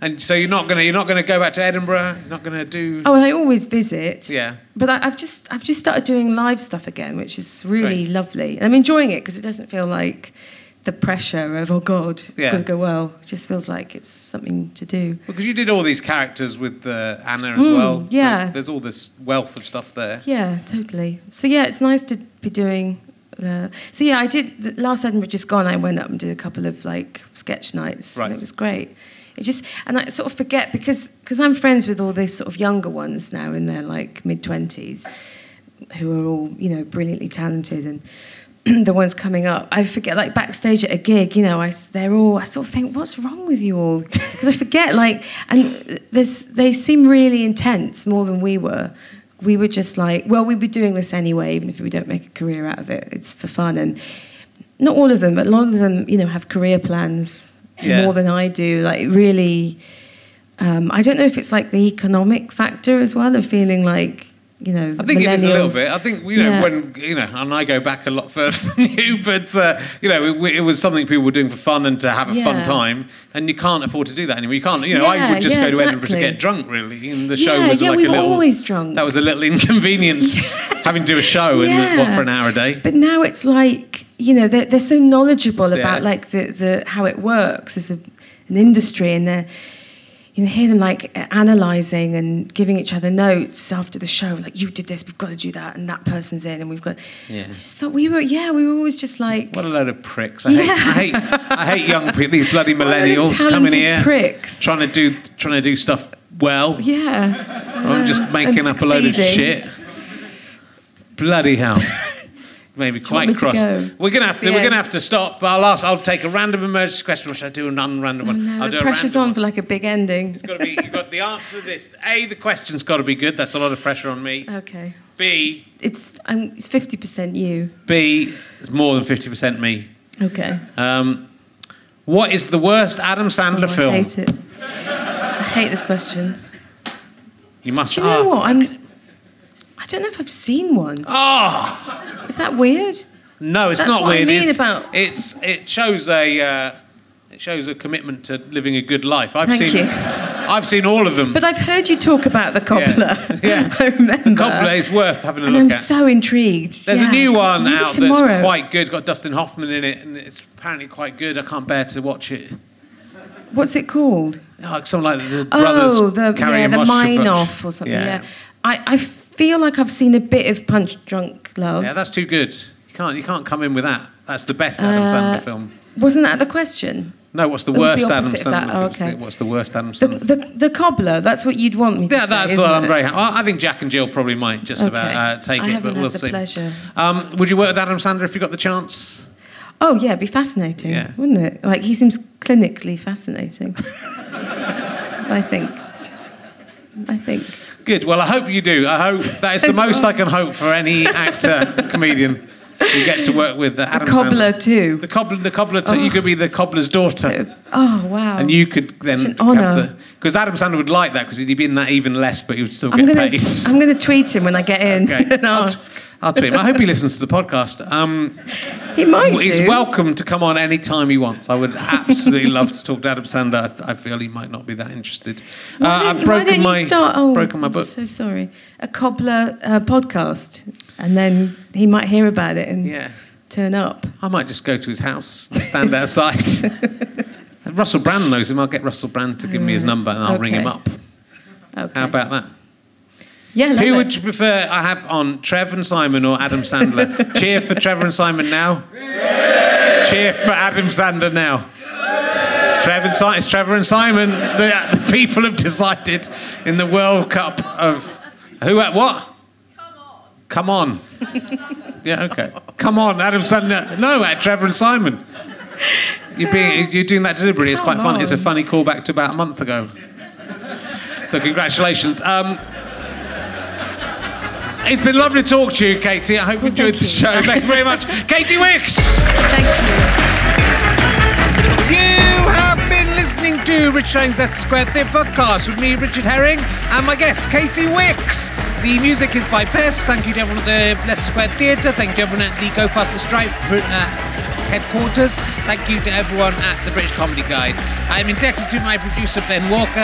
[SPEAKER 2] And so you're not gonna you're not gonna go back to Edinburgh. You're not gonna do.
[SPEAKER 4] Oh, I always visit.
[SPEAKER 2] Yeah.
[SPEAKER 4] But I, I've just I've just started doing live stuff again, which is really
[SPEAKER 2] Great.
[SPEAKER 4] lovely. And I'm enjoying it because it doesn't feel like the pressure of oh god, it's
[SPEAKER 2] Yeah.
[SPEAKER 4] going to go well. It just feels like it's something to do.
[SPEAKER 2] Because you did all these characters with uh, Anna as
[SPEAKER 4] Mm,
[SPEAKER 2] well. So
[SPEAKER 4] yeah.
[SPEAKER 2] it's- there's all this wealth of stuff there.
[SPEAKER 4] Yeah, totally. So yeah, it's nice to be doing uh, so yeah, I did. The last Edinburgh just gone, I went up and did a couple of like sketch nights,
[SPEAKER 2] Right.
[SPEAKER 4] and it was great. It just and I sort of forget because because I'm friends with all these sort of younger ones now in their like mid twenties, who are all you know brilliantly talented and the ones coming up. I forget like backstage at a gig, you know, I s- they're all I sort of think what's wrong with you all because I forget like and there's they seem really intense more than we were. We were just like, well, we'd be doing this anyway, even if we don't make a career out of it. It's for fun and not all of them, but a lot of them, you know, have career plans
[SPEAKER 2] Yeah.
[SPEAKER 4] more than I do. Like really, um, I don't know if it's like the economic factor as well of feeling like, you know,
[SPEAKER 2] I think it is a little
[SPEAKER 4] millennials-
[SPEAKER 2] bit. I think you know
[SPEAKER 4] Yeah.
[SPEAKER 2] when you know, and I go back a lot further than you, but uh, you know, it, it was something people were doing for fun and to have a fun
[SPEAKER 4] Yeah.
[SPEAKER 2] time, and you can't afford to do that anymore. You can't, you know, I
[SPEAKER 4] Yeah,
[SPEAKER 2] would just
[SPEAKER 4] yeah,
[SPEAKER 2] go to Edinburgh to
[SPEAKER 4] exactly.
[SPEAKER 2] get drunk, really, and the show
[SPEAKER 4] Yeah,
[SPEAKER 2] was
[SPEAKER 4] yeah,
[SPEAKER 2] like
[SPEAKER 4] we
[SPEAKER 2] a
[SPEAKER 4] were
[SPEAKER 2] little.
[SPEAKER 4] always drunk.
[SPEAKER 2] That was a little inconvenience having to do a show and what, for an hour a day.
[SPEAKER 4] But now it's like you know they're, they're so knowledgeable
[SPEAKER 2] Yeah.
[SPEAKER 4] about like the, the how it works as a, an industry, and they're you know hear them like analyzing and giving each other notes after the show, like you did this, we've got to do that, and that person's in, and we've got.
[SPEAKER 2] Yeah.
[SPEAKER 4] I just thought we were yeah we were always just like
[SPEAKER 2] What a load of pricks! I hate, I hate, I hate young people. These bloody
[SPEAKER 4] a load of
[SPEAKER 2] millennials coming
[SPEAKER 4] talented
[SPEAKER 2] here,
[SPEAKER 4] pricks.
[SPEAKER 2] trying to do, trying to do stuff well.
[SPEAKER 4] yeah
[SPEAKER 2] I'm just making
[SPEAKER 4] Ah, and
[SPEAKER 2] up a load of
[SPEAKER 4] succeeding.
[SPEAKER 2] shit. Bloody hell. Maybe
[SPEAKER 4] want
[SPEAKER 2] quite
[SPEAKER 4] me to
[SPEAKER 2] cross.
[SPEAKER 4] go?
[SPEAKER 2] We're gonna have
[SPEAKER 4] It's
[SPEAKER 2] to.
[SPEAKER 4] the
[SPEAKER 2] We're gonna
[SPEAKER 4] end.
[SPEAKER 2] have to stop. I'll ask. I'll take a random emergency question, or should I do an unrandom one?
[SPEAKER 4] no
[SPEAKER 2] I'll do
[SPEAKER 4] the
[SPEAKER 2] a
[SPEAKER 4] pressure's
[SPEAKER 2] random
[SPEAKER 4] on
[SPEAKER 2] one.
[SPEAKER 4] for like a big ending.
[SPEAKER 2] It's got to be. You've got the answer to this. A. The question's got to be good. That's a lot of pressure on
[SPEAKER 4] Uh.
[SPEAKER 2] me.
[SPEAKER 4] Okay,
[SPEAKER 2] B.
[SPEAKER 4] it's I'm, it's fifty percent you.
[SPEAKER 2] B. It's more than fifty percent me.
[SPEAKER 4] Okay,
[SPEAKER 2] Um, what is the worst Adam Sandler
[SPEAKER 4] Oh, I
[SPEAKER 2] film?
[SPEAKER 4] hate it. I hate this question.
[SPEAKER 2] You must.
[SPEAKER 4] Do you know
[SPEAKER 2] ah,
[SPEAKER 4] what? I'm. I don't know if I've seen one.
[SPEAKER 2] Oh,
[SPEAKER 4] Is that weird?
[SPEAKER 2] No, it's
[SPEAKER 4] That's
[SPEAKER 2] not
[SPEAKER 4] what I
[SPEAKER 2] weird.
[SPEAKER 4] mean
[SPEAKER 2] it's,
[SPEAKER 4] about-
[SPEAKER 2] it's it shows a uh, it shows a commitment to living a good life. I've
[SPEAKER 4] Thank
[SPEAKER 2] seen
[SPEAKER 4] you.
[SPEAKER 2] I've seen all of them.
[SPEAKER 4] But I've heard you talk about the cobbler.
[SPEAKER 2] Yeah.
[SPEAKER 4] I remember.
[SPEAKER 2] Cobbler is worth having a
[SPEAKER 4] And
[SPEAKER 2] look
[SPEAKER 4] I'm
[SPEAKER 2] at.
[SPEAKER 4] so intrigued.
[SPEAKER 2] There's
[SPEAKER 4] Yeah.
[SPEAKER 2] a new one
[SPEAKER 4] Maybe
[SPEAKER 2] out
[SPEAKER 4] tomorrow.
[SPEAKER 2] that's quite good. Got Dustin Hoffman in it, and it's apparently quite good. I can't bear to watch it.
[SPEAKER 4] What's it called?
[SPEAKER 2] Oh, like something like the brothers
[SPEAKER 4] oh, the,
[SPEAKER 2] carrying
[SPEAKER 4] yeah, the
[SPEAKER 2] Moshe
[SPEAKER 4] mine
[SPEAKER 2] Bunch.
[SPEAKER 4] off or something.
[SPEAKER 2] Yeah.
[SPEAKER 4] Yeah. I, I feel like I've seen a bit of Punch Drunk Love.
[SPEAKER 2] Yeah, that's too good. You can't you can't come in with that. That's the best Adam
[SPEAKER 4] Uh,
[SPEAKER 2] Sandler film.
[SPEAKER 4] Wasn't that the question?
[SPEAKER 2] No, what's the
[SPEAKER 4] it was the
[SPEAKER 2] worst Adam
[SPEAKER 4] opposite of that.
[SPEAKER 2] Sandler
[SPEAKER 4] Oh,
[SPEAKER 2] film?
[SPEAKER 4] okay.
[SPEAKER 2] What's the worst Adam Sandler?
[SPEAKER 4] The,
[SPEAKER 2] film?
[SPEAKER 4] the, the cobbler. That's what you'd want me to
[SPEAKER 2] Yeah,
[SPEAKER 4] say.
[SPEAKER 2] that's
[SPEAKER 4] isn't
[SPEAKER 2] what I'm
[SPEAKER 4] it?
[SPEAKER 2] very happy. I I think Jack and Jill probably might just
[SPEAKER 4] Okay.
[SPEAKER 2] about uh, take
[SPEAKER 4] I
[SPEAKER 2] it,
[SPEAKER 4] haven't
[SPEAKER 2] but
[SPEAKER 4] had
[SPEAKER 2] we'll
[SPEAKER 4] the
[SPEAKER 2] see.
[SPEAKER 4] pleasure.
[SPEAKER 2] Um, would you work with Adam Sandler if you got the chance?
[SPEAKER 4] Oh yeah, it'd be fascinating,
[SPEAKER 2] Yeah.
[SPEAKER 4] wouldn't it? Like he seems clinically fascinating. I think. I think.
[SPEAKER 2] Good. Well, I hope you do. I hope that is the most I can hope for any actor, comedian. You get to work with uh, Adam
[SPEAKER 4] cobbler
[SPEAKER 2] Sandler.
[SPEAKER 4] too.
[SPEAKER 2] The cobbler, the cobbler. Too. You could be the cobbler's daughter,
[SPEAKER 4] Oh wow.
[SPEAKER 2] and you could then
[SPEAKER 4] an honour.
[SPEAKER 2] because Adam Sandler would like that because he'd be in that even less, but he would still
[SPEAKER 4] I'm
[SPEAKER 2] get
[SPEAKER 4] gonna
[SPEAKER 2] paid.
[SPEAKER 4] I'm gonna tweet him when I get in
[SPEAKER 2] okay,
[SPEAKER 4] and
[SPEAKER 2] I'll, t-
[SPEAKER 4] ask.
[SPEAKER 2] I'll tweet him. I hope he listens to the podcast. Um,
[SPEAKER 4] He might
[SPEAKER 2] Well, he's
[SPEAKER 4] do.
[SPEAKER 2] welcome to come on any time he wants. I would absolutely love to talk to Adam Sandler. I, I feel he might not be that interested. Uh,
[SPEAKER 4] Why don't-
[SPEAKER 2] I've
[SPEAKER 4] why
[SPEAKER 2] broken
[SPEAKER 4] don't you
[SPEAKER 2] my
[SPEAKER 4] start- oh,
[SPEAKER 2] broken my
[SPEAKER 4] I'm
[SPEAKER 2] book.
[SPEAKER 4] So sorry. A cobbler uh, podcast, and then he might hear about it and
[SPEAKER 2] Yeah,
[SPEAKER 4] turn up.
[SPEAKER 2] I might just go to his house, and stand outside. Russell Brand knows him. I'll get Russell Brand to give me his number, and I'll ring him
[SPEAKER 4] Okay.
[SPEAKER 2] up.
[SPEAKER 4] Okay.
[SPEAKER 2] How about that?
[SPEAKER 4] yeah? love
[SPEAKER 2] Who
[SPEAKER 4] it.
[SPEAKER 2] would you prefer I have on, Trevor and Simon or Adam Sandler? Cheer for Trevor and Simon now. Cheer for Adam Sandler now. Trevor and Simon, it's Trevor and Simon. The, the people have decided in the World Cup of who at what? Come on. Come on. yeah, okay. Come on, Adam Sandler. No, at Trevor and Simon. You're being you're doing that deliberately. It's quite
[SPEAKER 4] Come
[SPEAKER 2] funny. It's a
[SPEAKER 4] on.
[SPEAKER 2] funny callback to about a month ago. So congratulations. Um, it's been lovely to talk to you, Katie. I hope you enjoyed
[SPEAKER 4] thank
[SPEAKER 2] the
[SPEAKER 4] you.
[SPEAKER 2] show. Thank you very much. Katie Wicks!
[SPEAKER 4] Thank you.
[SPEAKER 2] You have been listening to Rich Herring's Leicester Square Theatre podcast with me, Richard Herring, and my guest, Katie Wicks. The music is by Pest. Thank you to everyone at the Leicester Square Theatre. Thank you to everyone at the Go Faster Stripe uh, headquarters. Thank you to everyone at the British Comedy Guide. I'm indebted to my producer, Ben Walker,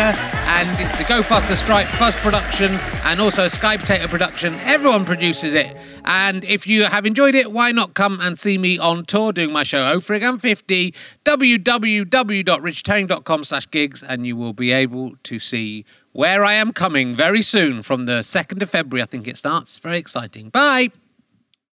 [SPEAKER 2] and it's a Go Faster Stripe Fuzz production and also a Sky Potato production. Everyone produces it. And if you have enjoyed it, why not come and see me on tour doing my show Ofrig and 50, www.richterring.com slash gigs, and you will be able to see where I am coming very soon from the 2nd of February, I think it starts. Very exciting. Bye.